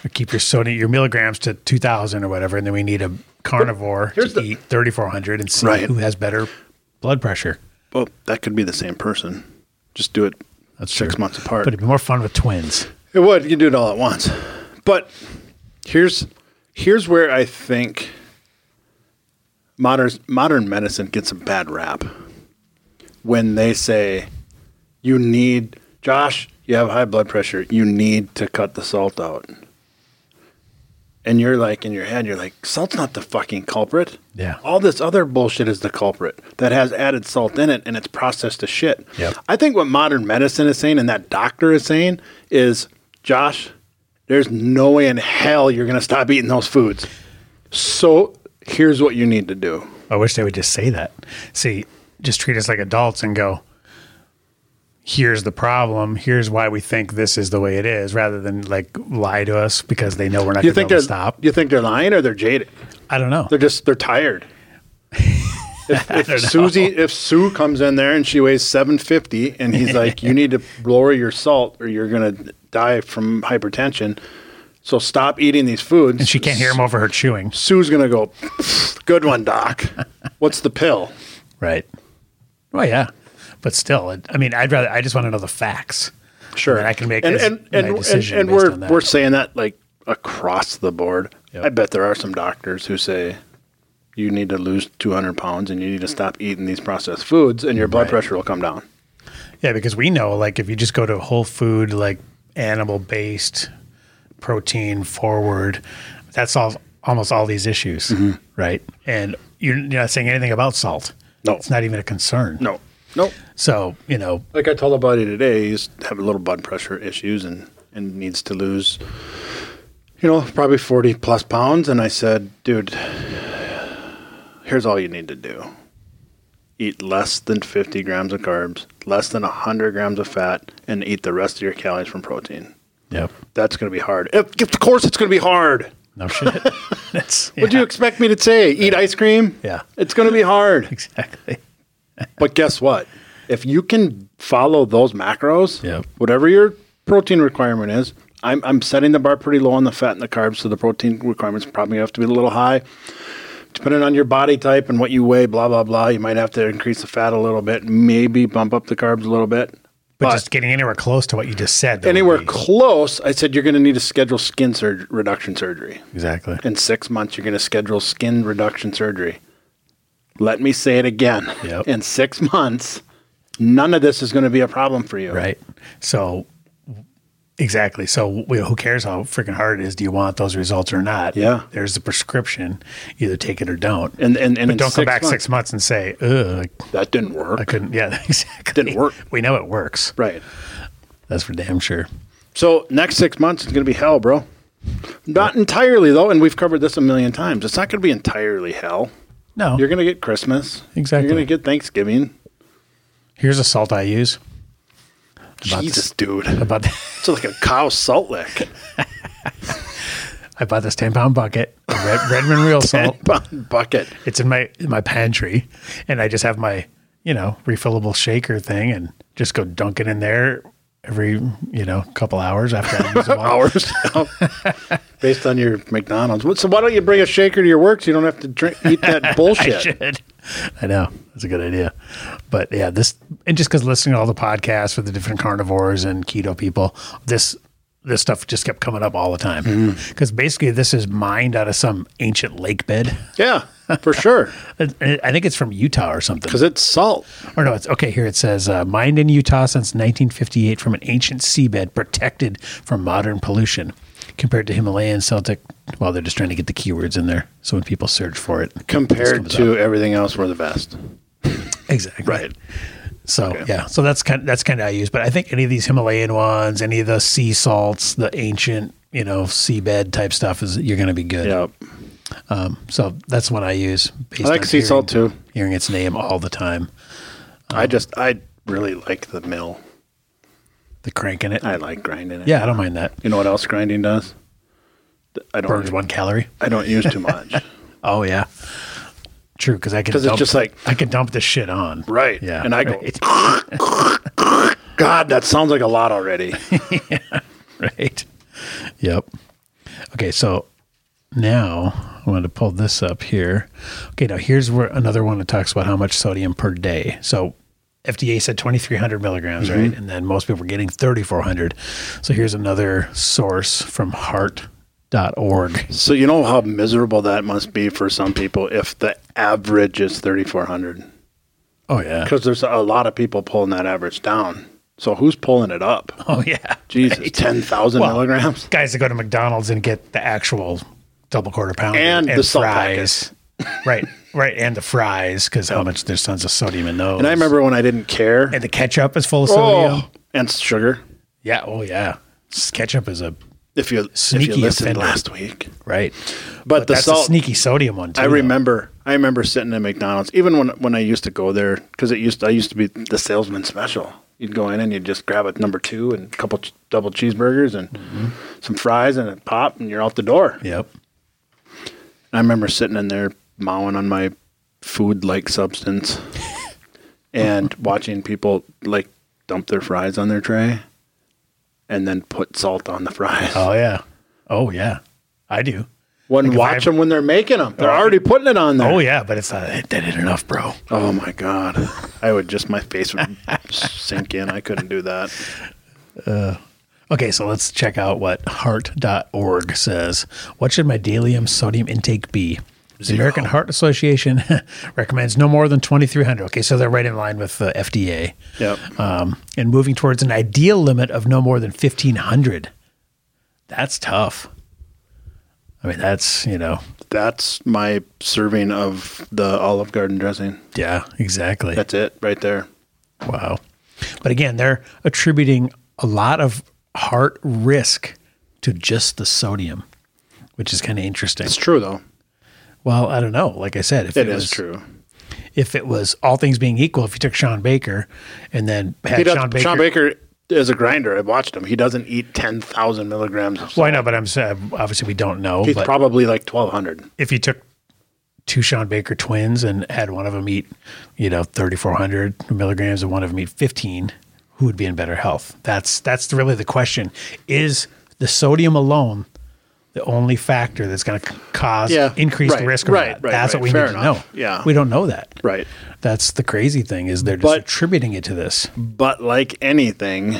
[SPEAKER 1] or keep your sodium your milligrams to 2000 or whatever and then we need a carnivore
[SPEAKER 2] Here's
[SPEAKER 1] to
[SPEAKER 2] the-
[SPEAKER 1] eat 3400 and see
[SPEAKER 2] Right.
[SPEAKER 1] who has better blood pressure
[SPEAKER 2] Well, that could be the same person. Just do it six
[SPEAKER 1] true.
[SPEAKER 2] months apart.
[SPEAKER 1] but it'd be more fun with twins
[SPEAKER 2] It would. You can do it all at once. But here's here's where I think modern modern medicine gets a bad rap when they say you need Josh, you have high blood pressure, you need to cut the salt out. and you're like in your head, you're like, salt's not the fucking culprit.
[SPEAKER 1] Yeah.
[SPEAKER 2] All this other bullshit is the culprit that has added salt in it and it's processed to shit.
[SPEAKER 1] Yep.
[SPEAKER 2] I think what modern medicine is saying and that doctor is saying is, Josh, there's no way in hell you're gonna stop eating those foods. So here's what you need to do.
[SPEAKER 1] I wish they would just say that. See, just treat us like adults and go, here's the problem. Here's why we think this is the way it is, rather than like lie to us because they know we're not
[SPEAKER 2] You
[SPEAKER 1] going to
[SPEAKER 2] think
[SPEAKER 1] be able
[SPEAKER 2] they're
[SPEAKER 1] to stop.
[SPEAKER 2] you think they're lying or they're jaded?
[SPEAKER 1] I don't know.
[SPEAKER 2] They're just they're tired. If, if Susie, if Sue comes in there and she weighs seven fifty, and he's like, "You need to lower your salt, or you're gonna die from hypertension." So stop eating these foods.
[SPEAKER 1] And she can't hear him over her chewing.
[SPEAKER 2] Sue's gonna go. Good one, Doc. What's the pill?
[SPEAKER 1] Right. Well, yeah. But still, it- I mean, I'd rather, I just want to know the facts.
[SPEAKER 2] Sure,
[SPEAKER 1] And I can make
[SPEAKER 2] and
[SPEAKER 1] this-
[SPEAKER 2] and
[SPEAKER 1] my
[SPEAKER 2] and, and,
[SPEAKER 1] decision
[SPEAKER 2] and
[SPEAKER 1] based
[SPEAKER 2] we're
[SPEAKER 1] on that.
[SPEAKER 2] we're saying that like across the board.
[SPEAKER 1] Yep.
[SPEAKER 2] I bet there are some doctors who say you need to lose two hundred pounds and you need to stop eating these processed foods, and your blood pressure will come down.
[SPEAKER 1] Yeah, because we know, like, if you just go to whole food, like animal based, protein forward, that solves almost all these issues,
[SPEAKER 2] Mm-hmm.
[SPEAKER 1] right? And you're, you're not saying anything about salt.
[SPEAKER 2] No.
[SPEAKER 1] it's not even a concern.
[SPEAKER 2] No, no.
[SPEAKER 1] So you know,
[SPEAKER 2] like I told a buddy today, he's having a little blood pressure issues and and needs to lose, you know, probably forty plus pounds. And I said, dude, here's all you need to do: eat less than fifty grams of carbs, less than hundred grams of fat, and eat the rest of your calories from protein.
[SPEAKER 1] yep.
[SPEAKER 2] That's going to be hard. Of of course, it's going to be hard.
[SPEAKER 1] No shit. That's
[SPEAKER 2] What do you expect me to say? Eat ice cream?
[SPEAKER 1] Yeah.
[SPEAKER 2] It's going to be hard.
[SPEAKER 1] exactly?
[SPEAKER 2] But guess what? If you can follow those macros,
[SPEAKER 1] Yep.
[SPEAKER 2] whatever your protein requirement is, I'm, I'm setting the bar pretty low on the fat and the carbs, so the protein requirements probably have to be a little high. Depending on your body type and what you weigh, blah, blah, blah, you might have to increase the fat a little bit, maybe bump up the carbs a little bit.
[SPEAKER 1] But,
[SPEAKER 2] But-
[SPEAKER 1] just getting anywhere close to what you just said. that would
[SPEAKER 2] Anywhere
[SPEAKER 1] be-
[SPEAKER 2] close, I said you're going to need to schedule skin surg- reduction surgery.
[SPEAKER 1] Exactly.
[SPEAKER 2] In six months, you're going to schedule skin reduction surgery. Let me say it again.
[SPEAKER 1] Yep.
[SPEAKER 2] In six months, none of this is going to be a problem for you.
[SPEAKER 1] Right. So exactly. So we, who cares how freaking hard it is? Do you want those results or not?
[SPEAKER 2] Yeah.
[SPEAKER 1] There's the prescription. Either take it or don't.
[SPEAKER 2] And and and in
[SPEAKER 1] but don't come
[SPEAKER 2] six
[SPEAKER 1] back
[SPEAKER 2] months-
[SPEAKER 1] six months and say, "Ugh,
[SPEAKER 2] That didn't
[SPEAKER 1] I
[SPEAKER 2] work.
[SPEAKER 1] couldn't." Yeah, exactly.
[SPEAKER 2] Didn't work.
[SPEAKER 1] We know it works.
[SPEAKER 2] Right.
[SPEAKER 1] That's for damn sure.
[SPEAKER 2] So next six months is going to be hell, bro. Not entirely though, and we've covered this a million times. It's not going to be entirely hell.
[SPEAKER 1] No.
[SPEAKER 2] You're going to get Christmas.
[SPEAKER 1] Exactly.
[SPEAKER 2] You're going to get Thanksgiving.
[SPEAKER 1] Here's a salt I use
[SPEAKER 2] Jesus, dude.
[SPEAKER 1] about.
[SPEAKER 2] It's like a cow salt lick.
[SPEAKER 1] I bought this ten pound bucket of Red, Redmond real salt.
[SPEAKER 2] bucket.
[SPEAKER 1] It's in my in my pantry, and I just have my you know refillable shaker thing, and just go dunk it in there every you know couple hours after I use them all.
[SPEAKER 2] hours now, based on your McDonald's. What- So why don't you bring a shaker to your work so you don't have to drink, eat that
[SPEAKER 1] I
[SPEAKER 2] bullshit?
[SPEAKER 1] should. I know that's a good idea, but yeah, this and just because listening to all the podcasts with the different carnivores and keto people, this this stuff just kept coming up all the time because basically this is mined out of some ancient lake bed.
[SPEAKER 2] yeah, for sure,
[SPEAKER 1] I I think it's from Utah or something.
[SPEAKER 2] because it's salt.
[SPEAKER 1] Or no, it's okay. Here it says uh, mined in Utah since 1958 from an ancient seabed protected from modern pollution. Compared to Himalayan Celtic, well, they're just trying to get the keywords in there. So when people search for it, this
[SPEAKER 2] Compared
[SPEAKER 1] comes
[SPEAKER 2] to everything else, we're the best.
[SPEAKER 1] up. exactly right. So yeah, so that's kind that's kind of how I use. But I think any of these Himalayan ones, any of the sea salts, the ancient you know seabed type stuff is you're going to be good.
[SPEAKER 2] Yeah,
[SPEAKER 1] So that's what I use. Based
[SPEAKER 2] I like
[SPEAKER 1] on
[SPEAKER 2] sea salt,
[SPEAKER 1] hearing-
[SPEAKER 2] too.
[SPEAKER 1] Hearing its name all the time,
[SPEAKER 2] I just I really like the mill.
[SPEAKER 1] the crank in it.
[SPEAKER 2] I like grinding it.
[SPEAKER 1] yeah, I don't mind that.
[SPEAKER 2] you know what else grinding does? Th- I don't.
[SPEAKER 1] Burns one calorie.
[SPEAKER 2] I don't use too much.
[SPEAKER 1] Oh yeah, true. Because I can
[SPEAKER 2] 'Cause it's
[SPEAKER 1] dump-
[SPEAKER 2] just like-
[SPEAKER 1] I can dump this shit on.
[SPEAKER 2] right.
[SPEAKER 1] Yeah.
[SPEAKER 2] And I go.
[SPEAKER 1] right,
[SPEAKER 2] God, that sounds like a lot already.
[SPEAKER 1] right. Yep. Okay, so now I wanted to pull this up here. Okay, now here's where another one that talks about how much sodium per day. So FDA said 2,300 milligrams,
[SPEAKER 2] Mm-hmm.
[SPEAKER 1] right? And then most people were getting 3,400. So here's another source from heart.org.
[SPEAKER 2] so you know how miserable that must be for some people if the average is thirty four hundred.
[SPEAKER 1] Oh, yeah.
[SPEAKER 2] Because there's a lot of people pulling that average down. So who's pulling it up?
[SPEAKER 1] Oh, yeah.
[SPEAKER 2] Jesus, 10,000
[SPEAKER 1] Well,
[SPEAKER 2] milligrams?
[SPEAKER 1] Guys that go to McDonald's and get the actual double quarter pounder
[SPEAKER 2] And the salt
[SPEAKER 1] right, right, and the fries because how much there's tons of sodium in those.
[SPEAKER 2] And I remember when I didn't care.
[SPEAKER 1] and the ketchup is full of sodium.
[SPEAKER 2] oh, and sugar.
[SPEAKER 1] Yeah, oh yeah, S- ketchup is a
[SPEAKER 2] If you if
[SPEAKER 1] Sneaky
[SPEAKER 2] you listened
[SPEAKER 1] offender.
[SPEAKER 2] last week,
[SPEAKER 1] right,
[SPEAKER 2] but, the
[SPEAKER 1] that's
[SPEAKER 2] salt.
[SPEAKER 1] a sneaky sodium one. Too,
[SPEAKER 2] I
[SPEAKER 1] though.
[SPEAKER 2] remember. I remember sitting at McDonald's, even when when I used to go there, because it used I used to be the salesman special. You'd go in and you'd just grab a number two and a couple ch- double cheeseburgers and
[SPEAKER 1] Mm-hmm.
[SPEAKER 2] some fries and a pop, and you're out the door.
[SPEAKER 1] Yep.
[SPEAKER 2] I remember sitting in there mowing on my food like substance and watching people like dump their fries on their tray and then put salt on the fries.
[SPEAKER 1] Oh yeah. Oh yeah. I do.
[SPEAKER 2] One
[SPEAKER 1] if I-
[SPEAKER 2] watch them when they're making them. They're already putting it on there.
[SPEAKER 1] Oh yeah, but it's not that ain't enough, bro.
[SPEAKER 2] Oh my god! I would just my face would sink in. I couldn't do that.
[SPEAKER 1] Okay, so let's check out what heart.org says. What should my daily sodium intake be? The American Heart Association recommends no more than 2,300. Okay, so they're right in line with the FDA.
[SPEAKER 2] Yep.
[SPEAKER 1] Um, and moving towards an ideal limit of no more than 1,500. That's tough. I mean, that's, you know,
[SPEAKER 2] That's my serving of the Olive Garden dressing.
[SPEAKER 1] yeah, exactly.
[SPEAKER 2] That's it right there.
[SPEAKER 1] Wow. But again, they're attributing a lot of heart risk to just the sodium, which is kind of interesting.
[SPEAKER 2] It's true though.
[SPEAKER 1] Well, I don't know. Like I said, if
[SPEAKER 2] It
[SPEAKER 1] it,
[SPEAKER 2] is
[SPEAKER 1] was,
[SPEAKER 2] true.
[SPEAKER 1] if it was all things being equal, if you took Sean Baker and then had
[SPEAKER 2] He does,
[SPEAKER 1] Sean Baker,
[SPEAKER 2] Sean Baker is a grinder. I watched him. He doesn't eat ten thousand milligrams. Of
[SPEAKER 1] well,
[SPEAKER 2] salt.
[SPEAKER 1] I know, but I'm saying obviously we don't know.
[SPEAKER 2] He's
[SPEAKER 1] but
[SPEAKER 2] probably like twelve hundred.
[SPEAKER 1] if you took two Sean Baker twins and had one of them eat, you know, 3,400 milligrams and one of them eat 15, who would be in better health? That's, that's really the question. Is the sodium alone the only factor that's going to cause
[SPEAKER 2] Yeah,
[SPEAKER 1] increased
[SPEAKER 2] right,
[SPEAKER 1] risk? Of
[SPEAKER 2] right,
[SPEAKER 1] that?
[SPEAKER 2] right,
[SPEAKER 1] that's
[SPEAKER 2] right.
[SPEAKER 1] what we
[SPEAKER 2] Fair
[SPEAKER 1] need to know.
[SPEAKER 2] enough. Yeah.
[SPEAKER 1] We don't know that.
[SPEAKER 2] Right.
[SPEAKER 1] That's the crazy thing is they're just
[SPEAKER 2] But-
[SPEAKER 1] attributing it to this.
[SPEAKER 2] But like anything,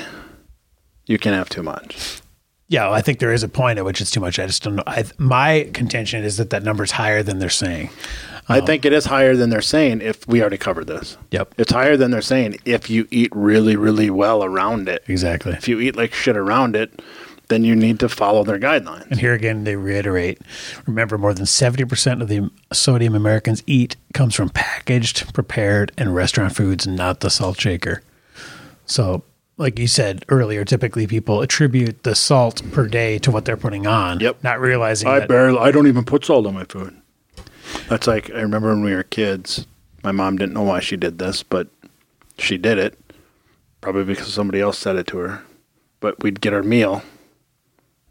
[SPEAKER 2] you can have too much.
[SPEAKER 1] Yeah, I think there is a point at which it's too much. I just don't know. I, my contention is that that number's higher than they're saying.
[SPEAKER 2] I think it is higher than they're saying. If we already covered this,
[SPEAKER 1] Yep.
[SPEAKER 2] it's higher than they're saying. If you eat really, really well around it,
[SPEAKER 1] Exactly.
[SPEAKER 2] if you eat like shit around it, then you need to follow their guidelines.
[SPEAKER 1] And here again, they reiterate remember, more than 70% of the sodium Americans eat comes from packaged, prepared, and restaurant foods, not the salt shaker. So, like you said earlier, typically people attribute the salt per day to what they're putting on,
[SPEAKER 2] Yep.
[SPEAKER 1] not realizing
[SPEAKER 2] I
[SPEAKER 1] that.
[SPEAKER 2] barely, I don't even put salt on my food. That's like, I remember when we were kids, my mom didn't know why she did this, but she did it. Probably because somebody else said it to her. But we'd get our meal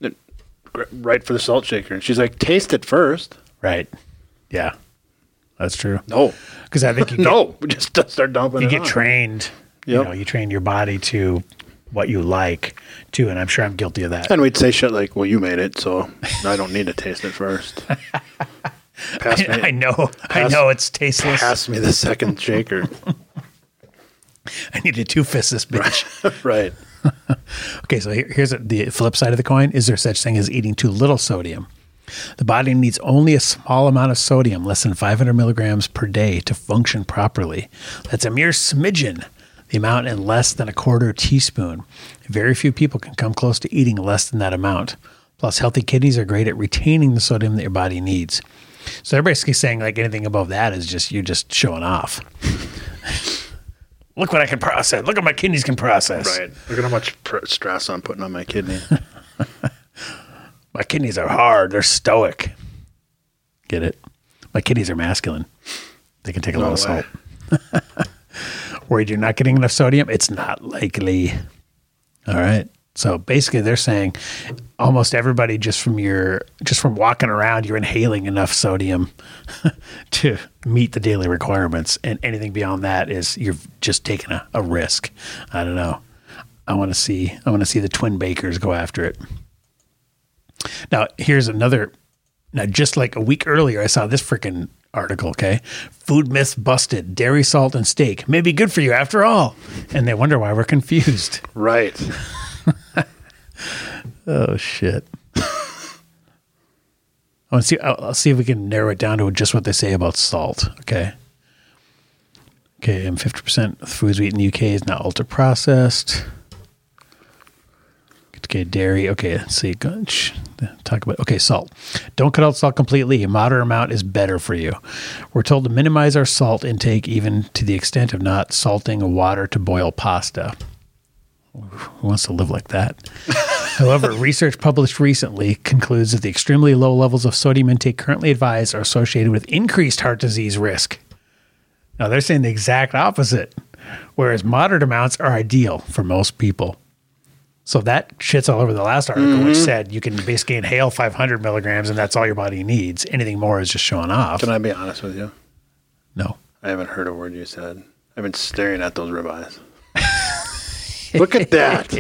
[SPEAKER 2] it- gr- right for the salt shaker. And she's like, taste it first.
[SPEAKER 1] right. Yeah. That's true.
[SPEAKER 2] No,
[SPEAKER 1] Because I think you get,
[SPEAKER 2] no, we just start dumping
[SPEAKER 1] you
[SPEAKER 2] it
[SPEAKER 1] get
[SPEAKER 2] on.
[SPEAKER 1] trained. You
[SPEAKER 2] Yep.
[SPEAKER 1] know, you train your body to what you like, too. And I'm sure I'm guilty of that.
[SPEAKER 2] And we'd say shit like, well, you made it, so I don't need to taste it first. Pass me,
[SPEAKER 1] I know. I
[SPEAKER 2] Pass-
[SPEAKER 1] know it's tasteless.
[SPEAKER 2] pass me the second shaker.
[SPEAKER 1] I need to two fist this bitch.
[SPEAKER 2] right.
[SPEAKER 1] Okay, so here- here's the flip side of the coin. Is there such thing as eating too little sodium? The body needs only a small amount of sodium, less than 500 milligrams per day, to function properly. That's a mere smidgen, the amount in less than a quarter teaspoon. Very few people can come close to eating less than that amount. Plus, healthy kidneys are great at retaining the sodium that your body needs. So they're basically saying like anything above that is just you're just showing off. Look what I can process. Look what my kidneys can process.
[SPEAKER 2] Right. Look at how much pr- stress I'm putting on my kidney.
[SPEAKER 1] My kidneys are hard. They're stoic. Get it? My kidneys are masculine. They can take a lot
[SPEAKER 2] No
[SPEAKER 1] of salt.
[SPEAKER 2] way.
[SPEAKER 1] Worried you're not getting enough sodium? It's not likely. All right. So basically, they're saying almost everybody just from your just from walking around, you're inhaling enough sodium to meet the daily requirements, and anything beyond that is you're just taking a, a risk. I don't know. I want to see. I want to see the twin bakers go after it. Now, here's another. Now, just like a week earlier, I saw this freaking article. Okay, food myths busted: dairy, salt, and steak may be good for you after all. And they wonder why we're confused.
[SPEAKER 2] right.
[SPEAKER 1] Oh shit! I want to see. I'll, I'll see if we can narrow it down to just what they say about salt. Okay. Okay, and fifty percent of the foods we eat in the UK is not ultra processed. Okay, dairy. Okay, let's see. Go- sh- Talk about okay salt. Don't cut out salt completely. A moderate amount is better for you. We're told to minimize our salt intake, even to the extent of not salting water to boil pasta. Who wants to live like that? However, research published recently concludes that the extremely low levels of sodium intake currently advised are associated with increased heart disease risk. Now they're saying the exact opposite, whereas moderate amounts are ideal for most people. So that shits all over the last article, which
[SPEAKER 2] Mm-hmm.
[SPEAKER 1] said you can basically inhale 500 milligrams and that's all your body needs. Anything more is just showing off.
[SPEAKER 2] Can I be honest with you?
[SPEAKER 1] no.
[SPEAKER 2] I haven't heard a word you said. I've been staring at those ribeyes. Look at that.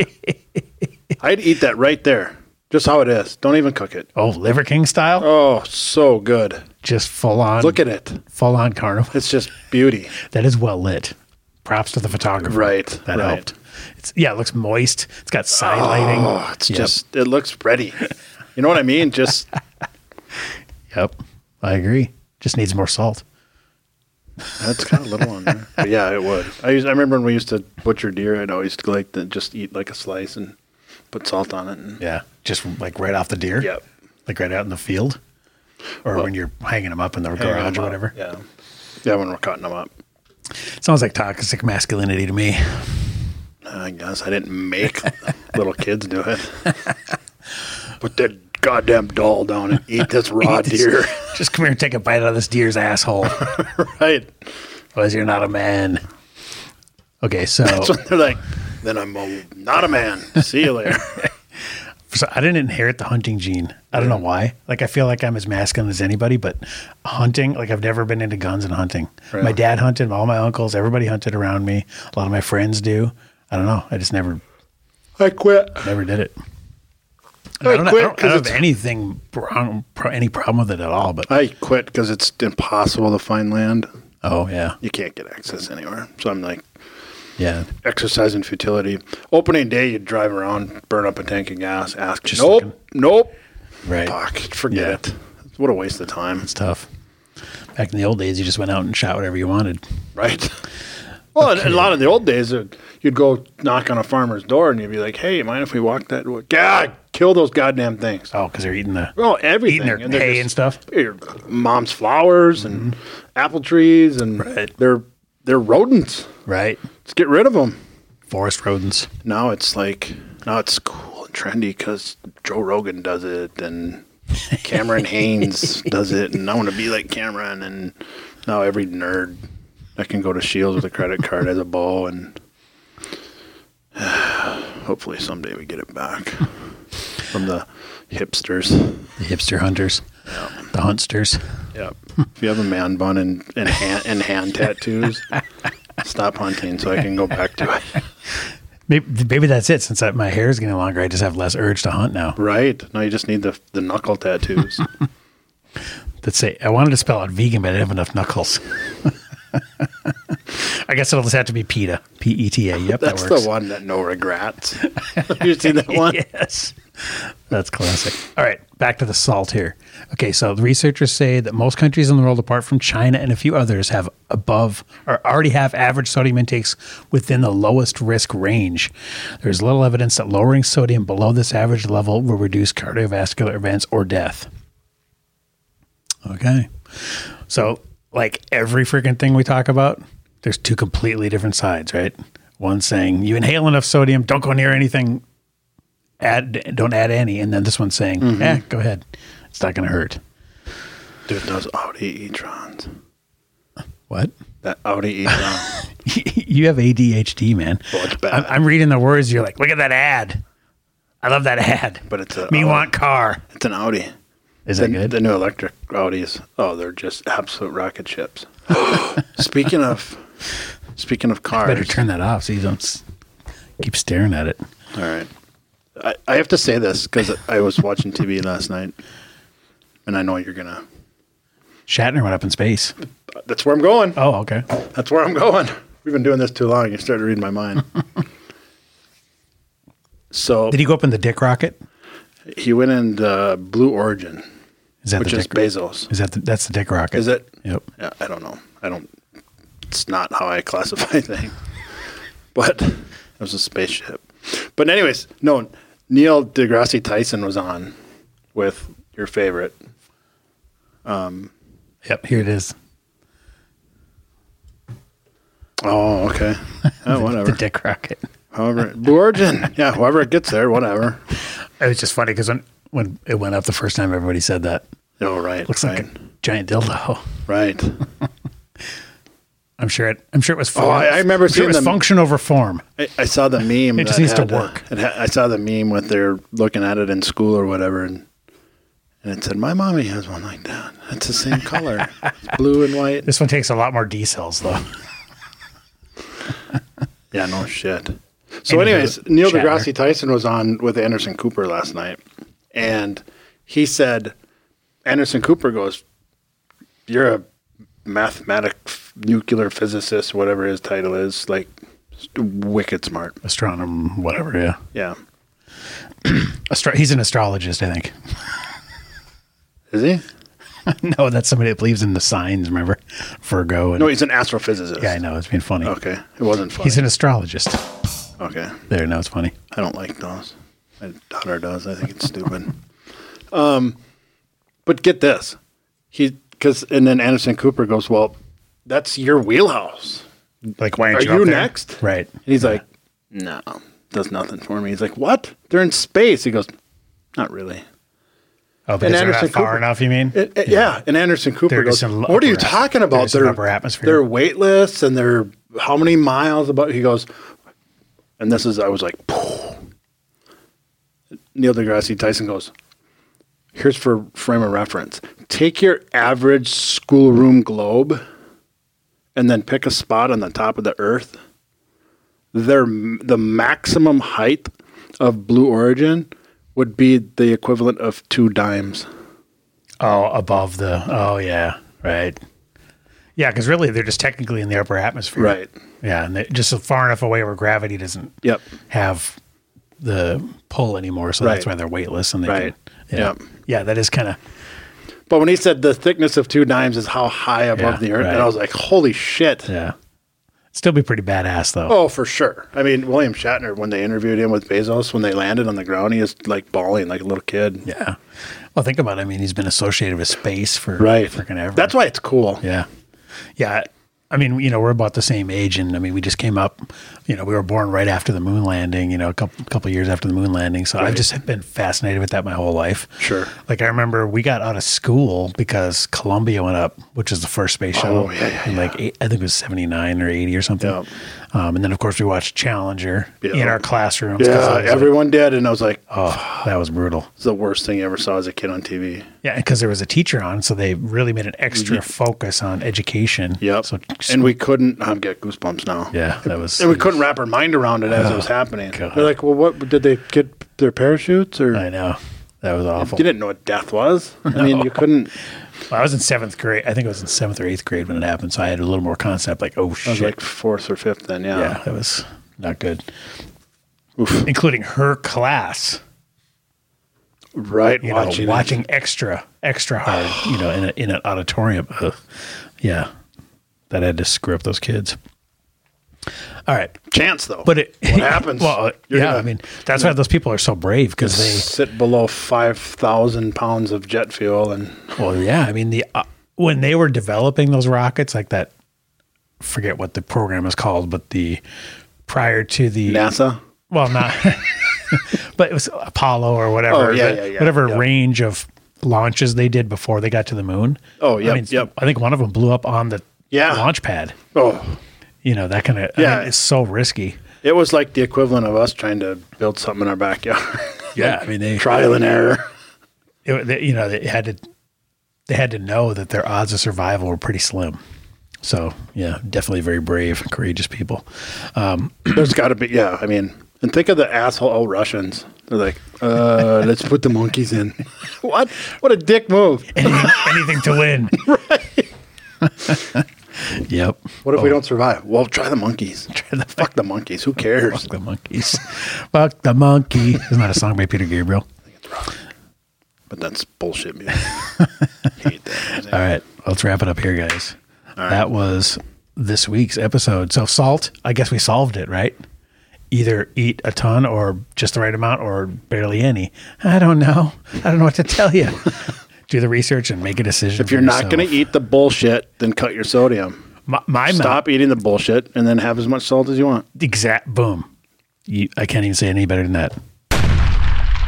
[SPEAKER 2] I'd eat that right there, just how it is. Don't even cook it.
[SPEAKER 1] Oh, Liver King style?
[SPEAKER 2] Oh, so good.
[SPEAKER 1] Just full on.
[SPEAKER 2] Look at it.
[SPEAKER 1] full on carnival.
[SPEAKER 2] It's just beauty.
[SPEAKER 1] That is well lit. Props to the photographer.
[SPEAKER 2] Right,
[SPEAKER 1] That
[SPEAKER 2] right.
[SPEAKER 1] helped. It's yeah, it looks moist. It's got side lighting.
[SPEAKER 2] Oh, it's just, it looks ready. You know what I mean? Just,
[SPEAKER 1] Yep. I agree. Just needs more salt.
[SPEAKER 2] that's got a little on there. But yeah, it would. I, used, I remember when we used to butcher deer, I'd always like to just eat like a slice and put salt on it. And,
[SPEAKER 1] Yeah. Just like right off the deer.
[SPEAKER 2] Yep.
[SPEAKER 1] Like right out in the field. Or when you're hanging them up in the
[SPEAKER 2] Hang 'em
[SPEAKER 1] garage or
[SPEAKER 2] up.
[SPEAKER 1] whatever.
[SPEAKER 2] Yeah. Yeah, when we're cutting them up.
[SPEAKER 1] Sounds like toxic masculinity to me.
[SPEAKER 2] I guess I didn't make little kids do it. Put that goddamn doll down and eat this raw
[SPEAKER 1] Ah,
[SPEAKER 2] deer.
[SPEAKER 1] Just come here and take a bite out of this deer's asshole.
[SPEAKER 2] right.
[SPEAKER 1] Otherwise you're not a man. Okay, so,
[SPEAKER 2] So they're like, then I'm a, not a man. See you later.
[SPEAKER 1] so I didn't inherit the hunting gene. I don't know
[SPEAKER 2] Mm.
[SPEAKER 1] why. Like I feel like I'm as masculine as anybody, but hunting, like I've never been into guns and hunting. My dad hunted, all my uncles, everybody hunted around me. A lot of my friends do. I don't know. I just never
[SPEAKER 2] I quit.
[SPEAKER 1] Never did it. And
[SPEAKER 2] I
[SPEAKER 1] I don't, I
[SPEAKER 2] quit
[SPEAKER 1] don't, I
[SPEAKER 2] 'cause
[SPEAKER 1] don't have
[SPEAKER 2] it's-
[SPEAKER 1] anything wrong, pro- any problem with it at all. But
[SPEAKER 2] I quit because it's impossible to find land.
[SPEAKER 1] oh yeah,
[SPEAKER 2] You can't get access anywhere. So I'm like,
[SPEAKER 1] yeah,
[SPEAKER 2] exercise in futility. Opening day, you drive around, burn up a tank of gas, ask,
[SPEAKER 1] Just
[SPEAKER 2] nope,
[SPEAKER 1] looking.
[SPEAKER 2] nope.
[SPEAKER 1] right.
[SPEAKER 2] Fuck, forget
[SPEAKER 1] Yeah.
[SPEAKER 2] it. What a waste of time.
[SPEAKER 1] It's tough. Back in the old days, you just went out and shot whatever you wanted.
[SPEAKER 2] Right. Well, in- in a lot of the old days, it- you'd go knock on a farmer's door and you'd be like, "Hey, mind if we walk that? Way? God, kill those goddamn things!
[SPEAKER 1] Oh, because they're eating the
[SPEAKER 2] Oh, everything!
[SPEAKER 1] eating their
[SPEAKER 2] And they're
[SPEAKER 1] hay
[SPEAKER 2] just-
[SPEAKER 1] and stuff.
[SPEAKER 2] Your mom's flowers and apple trees and they're they're rodents.
[SPEAKER 1] Right.
[SPEAKER 2] Let's get rid of them.
[SPEAKER 1] Forest rodents.
[SPEAKER 2] Now it's like now it's cool and trendy because Joe Rogan does it and Cameron Haynes does it, and I want to be like Cameron. And now every nerd that can go to Shields with a credit card has a bow, and hopefully someday we get it back from the hipsters.
[SPEAKER 1] The hipster hunters. The huntsters.
[SPEAKER 2] Yep. If you have a man bun and and hand, and hand tattoos, stop hunting so I can go back to it.
[SPEAKER 1] Maybe, maybe that's it. Since I, my hair is getting longer, I just have less urge to hunt now.
[SPEAKER 2] Right now, you just need the the knuckle tattoos.
[SPEAKER 1] Let's say I wanted to spell out vegan, but I didn't have enough knuckles. I guess it'll just have to be PETA. P E T A. Yep,
[SPEAKER 2] That's
[SPEAKER 1] that works.
[SPEAKER 2] the one that no regrets. you seen that one?
[SPEAKER 1] yes. That's classic. All right, back to the salt here. Okay, so the researchers say that most countries in the world, apart from China and a few others, have above or already have average sodium intakes within the lowest risk range. There's little evidence that lowering sodium below this average level will reduce cardiovascular events or death. Okay. So, like every freaking thing we talk about, there's two completely different sides, right? One saying you inhale enough sodium, don't go near anything, add, don't add any, and then this one's saying,
[SPEAKER 2] Mm-hmm.
[SPEAKER 1] eh, go ahead, it's not going to hurt.
[SPEAKER 2] Dude, those Audi e-trons.
[SPEAKER 1] What?
[SPEAKER 2] That Audi e-tron.
[SPEAKER 1] you have ADHD, man.
[SPEAKER 2] Well, it's bad.
[SPEAKER 1] I'm, I'm reading the words. You're like, look at that ad. I love that ad.
[SPEAKER 2] But it's a-
[SPEAKER 1] me
[SPEAKER 2] oh.
[SPEAKER 1] want car.
[SPEAKER 2] it's an Audi.
[SPEAKER 1] Is
[SPEAKER 2] the,
[SPEAKER 1] that good?
[SPEAKER 2] The new electric Audis. Oh, they're just absolute rocket ships. speaking of, speaking of cars.
[SPEAKER 1] Better turn that off so you don't s- keep staring at it.
[SPEAKER 2] All right. I, I have to say this because I was watching TV last night, and I know you're gonna.
[SPEAKER 1] Shatner went up in space.
[SPEAKER 2] That's where I'm going.
[SPEAKER 1] Oh, okay.
[SPEAKER 2] That's where I'm going. We've been doing this too long. You started reading my mind. so
[SPEAKER 1] Did he go up in the Dick rocket?
[SPEAKER 2] he went in the Blue Origin,
[SPEAKER 1] Is that
[SPEAKER 2] which
[SPEAKER 1] the
[SPEAKER 2] is
[SPEAKER 1] Dick?
[SPEAKER 2] Bezos.
[SPEAKER 1] Is that the, that's the Dick rocket?
[SPEAKER 2] Is it?
[SPEAKER 1] Yep.
[SPEAKER 2] Yeah, I don't know. I don't. It's not how I classify things. But it was a spaceship. But anyways, no, Neil deGrasse Tyson was on with your favorite.
[SPEAKER 1] Yep, here it is.
[SPEAKER 2] Oh, okay. Oh,
[SPEAKER 1] The
[SPEAKER 2] whatever.
[SPEAKER 1] Dick Rocket.
[SPEAKER 2] However, Blue Origin. Yeah, whoever it gets there, whatever.
[SPEAKER 1] It was just funny because when, when it went up the first time, everybody said that.
[SPEAKER 2] Oh, right.
[SPEAKER 1] Looks like
[SPEAKER 2] right,
[SPEAKER 1] a giant dildo.
[SPEAKER 2] right.
[SPEAKER 1] I'm sure it. I'm sure it was. Form.
[SPEAKER 2] Oh, I- I remember
[SPEAKER 1] I'm sure
[SPEAKER 2] seeing
[SPEAKER 1] it was
[SPEAKER 2] them-
[SPEAKER 1] function over form.
[SPEAKER 2] I, I saw the meme.
[SPEAKER 1] It just
[SPEAKER 2] that
[SPEAKER 1] needs to
[SPEAKER 2] had, uh,
[SPEAKER 1] work.
[SPEAKER 2] it ha- I saw the meme with they're looking at it in school or whatever, and and it said, "My mommy has one like that. It's the same color, it's blue and white."
[SPEAKER 1] This one takes a lot more D cells though.
[SPEAKER 2] Yeah, no shit. So,
[SPEAKER 1] Anywho,
[SPEAKER 2] anyways, Neil
[SPEAKER 1] Shatner.
[SPEAKER 2] deGrasse Tyson was on with Anderson Cooper last night, and he said, Anderson Cooper goes, "You're a mathematic, f- nuclear physicist, whatever his title is, like st- wicked smart."
[SPEAKER 1] Astronom, whatever. Yeah,
[SPEAKER 2] Yeah,
[SPEAKER 1] Astro- he's an astrologist, I think.
[SPEAKER 2] is he?
[SPEAKER 1] No, that's somebody that believes in the signs. Remember, Virgo. And,
[SPEAKER 2] No, he's an astrophysicist.
[SPEAKER 1] yeah, I know. It's been funny.
[SPEAKER 2] Okay, it wasn't funny.
[SPEAKER 1] He's an astrologist.
[SPEAKER 2] okay,
[SPEAKER 1] There, now it's funny.
[SPEAKER 2] I don't like those. My daughter does. I think it's stupid. Um, but get this, he because and then Anderson Cooper goes, "Well, that's your wheelhouse."
[SPEAKER 1] Like, why aren't
[SPEAKER 2] Are
[SPEAKER 1] up
[SPEAKER 2] you
[SPEAKER 1] there?
[SPEAKER 2] next?
[SPEAKER 1] Right.
[SPEAKER 2] And he's like, "No, does nothing for me." He's like, "What? They're in space." He goes, "Not really."
[SPEAKER 1] Oh, because they're not
[SPEAKER 2] Anderson
[SPEAKER 1] far
[SPEAKER 2] Cooper-
[SPEAKER 1] enough. You mean?
[SPEAKER 2] It- it- yeah. and Anderson Cooper
[SPEAKER 1] They're
[SPEAKER 2] goes,
[SPEAKER 1] just in
[SPEAKER 2] "What are you
[SPEAKER 1] upper-
[SPEAKER 2] talking
[SPEAKER 1] they're
[SPEAKER 2] about?
[SPEAKER 1] just in upper atmosphere."
[SPEAKER 2] they're weightless and they're how many miles about?" He goes, and this is I was like, "Phew." Neil deGrasse Tyson goes, "Here's for frame of reference: take your average schoolroom globe, and then pick a spot on the top of the Earth. Their the maximum height of Blue Origin." Would be the equivalent of two dimes.
[SPEAKER 1] Oh, above the. Oh, yeah. Right. Yeah, because really they're just technically in the upper atmosphere.
[SPEAKER 2] Right.
[SPEAKER 1] Yeah, and they're just far enough away where gravity doesn't
[SPEAKER 2] Yep.
[SPEAKER 1] have the pull anymore. So that's
[SPEAKER 2] Right.
[SPEAKER 1] why they're weightless and they
[SPEAKER 2] Right.
[SPEAKER 1] can. Yeah.
[SPEAKER 2] Yep.
[SPEAKER 1] Yeah, that is kind of.
[SPEAKER 2] But when he said the thickness of two dimes is how high above
[SPEAKER 1] Yeah,
[SPEAKER 2] the earth,
[SPEAKER 1] right.
[SPEAKER 2] and I was like, holy shit.
[SPEAKER 1] Yeah. Still be pretty badass, though.
[SPEAKER 2] Oh, for sure. I mean, William Shatner, when they interviewed him with Bezos, when they landed on the ground, he was like bawling like a little kid.
[SPEAKER 1] Yeah. Well, think about it. I mean, he's been associated with space for
[SPEAKER 2] Right.
[SPEAKER 1] freaking ever.
[SPEAKER 2] That's why it's cool.
[SPEAKER 1] Yeah. Yeah. I mean, you know, we're about the same age, and I mean, we just came up. You know, we were born right after the moon landing. You know, a couple couple years after the moon landing. So I've just been fascinated with that my whole life.
[SPEAKER 2] Sure.
[SPEAKER 1] Like I remember we got out of school because Columbia went up, which is the first space shuttle.
[SPEAKER 2] Oh, yeah, yeah,
[SPEAKER 1] in like eight, I think it was seventy nine or eighty or something.
[SPEAKER 2] Yep.
[SPEAKER 1] Um, and then of course we watched Challenger in
[SPEAKER 2] Yeah.
[SPEAKER 1] our classrooms. 'cause I
[SPEAKER 2] Yeah,
[SPEAKER 1] was like,
[SPEAKER 2] everyone did. And I was like,
[SPEAKER 1] oh, that was brutal.
[SPEAKER 2] it's the worst thing I ever saw as a kid on TV.
[SPEAKER 1] Yeah, because there was a teacher on, so they really made an extra focus on education.
[SPEAKER 2] Mm-hmm. Yep.
[SPEAKER 1] So
[SPEAKER 2] and we couldn't, I'm getting goosebumps now.
[SPEAKER 1] yeah, that was.
[SPEAKER 2] And we couldn't wrap our mind around it as it was happening.
[SPEAKER 1] God.
[SPEAKER 2] They're like, well, what did they get their parachutes or?
[SPEAKER 1] I know. That was awful.
[SPEAKER 2] You didn't know what death was. I mean, you couldn't.
[SPEAKER 1] Well, I was in seventh grade. I think I was in seventh or eighth grade when it happened. So I had a little more concept like, oh,
[SPEAKER 2] I was
[SPEAKER 1] shit.
[SPEAKER 2] like fourth or fifth then.
[SPEAKER 1] yeah, that was not good. Including her class,
[SPEAKER 2] right
[SPEAKER 1] you
[SPEAKER 2] watching
[SPEAKER 1] know, watching extra, extra hard, you know, in, a, in an auditorium. Ugh. Yeah. That had to screw up those kids. All right.
[SPEAKER 2] it. chance though
[SPEAKER 1] But it
[SPEAKER 2] what happens
[SPEAKER 1] Well, uh,
[SPEAKER 2] You're
[SPEAKER 1] yeah,
[SPEAKER 2] gonna
[SPEAKER 1] I mean, that's why those people are so brave because they
[SPEAKER 2] sit below 5000 pounds of jet fuel and
[SPEAKER 1] Well, yeah. I mean, the uh, when they were developing those rockets, like that, forget what the program is called, but the prior to the
[SPEAKER 2] nasa
[SPEAKER 1] well, not, but it was Apollo or whatever,
[SPEAKER 2] Oh, yeah,
[SPEAKER 1] the-
[SPEAKER 2] yeah, yeah,
[SPEAKER 1] whatever
[SPEAKER 2] yeah.
[SPEAKER 1] range of launches they did before they got to the moon.
[SPEAKER 2] Oh,
[SPEAKER 1] I
[SPEAKER 2] yep, yep.
[SPEAKER 1] I think one of them blew up on the
[SPEAKER 2] Yeah.
[SPEAKER 1] launch pad.
[SPEAKER 2] oh
[SPEAKER 1] You know that kind of
[SPEAKER 2] Yeah.
[SPEAKER 1] it's so risky.
[SPEAKER 2] it was like the equivalent of us trying to build something in our backyard
[SPEAKER 1] Yeah, I mean they,
[SPEAKER 2] trial and error
[SPEAKER 1] it- they- you know, they had to they had to know that their odds of survival were pretty slim. So yeah, definitely very brave, courageous people.
[SPEAKER 2] there's got to be yeah i mean and think of the asshole old russians they're like uh let's put the monkeys in what what a dick move
[SPEAKER 1] anything, anything to win. yep.
[SPEAKER 2] what if we don't survive well try the monkeys
[SPEAKER 1] oh. the-
[SPEAKER 2] fuck the monkeys who cares
[SPEAKER 1] Fuck the monkeys. Fuck the monkey. Isn't that a song by Peter Gabriel?
[SPEAKER 2] but that's bullshit music hate that music.
[SPEAKER 1] All right. Let's wrap it up here, guys. That was this week's episode. So, salt, I guess we solved it, right? either eat a ton or just the right amount or barely any. I don't know. I don't know what to tell you. Do the research and make a decision.
[SPEAKER 2] If you're not going to eat the bullshit, then cut your sodium.
[SPEAKER 1] my, my mouth-
[SPEAKER 2] Stop eating the bullshit and then have as much salt as you want.
[SPEAKER 1] exact boom. You, I can't even say any better than that.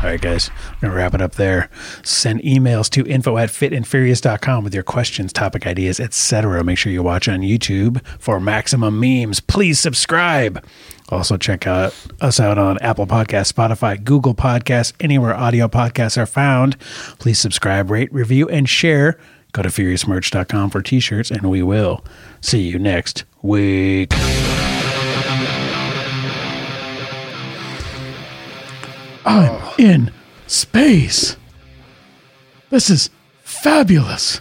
[SPEAKER 1] All right, guys, I'm going to wrap it up there. Send emails to info at fitandfurious.com with your questions, topic ideas, etc. Make sure you watch on YouTube for maximum memes. Please subscribe. Also, check out us out on Apple Podcasts, Spotify, Google Podcasts, anywhere audio podcasts are found. Please subscribe, rate, review, and share. Go to furiousmerch.com for t shirts, and we will see you next week. in space. This is fabulous.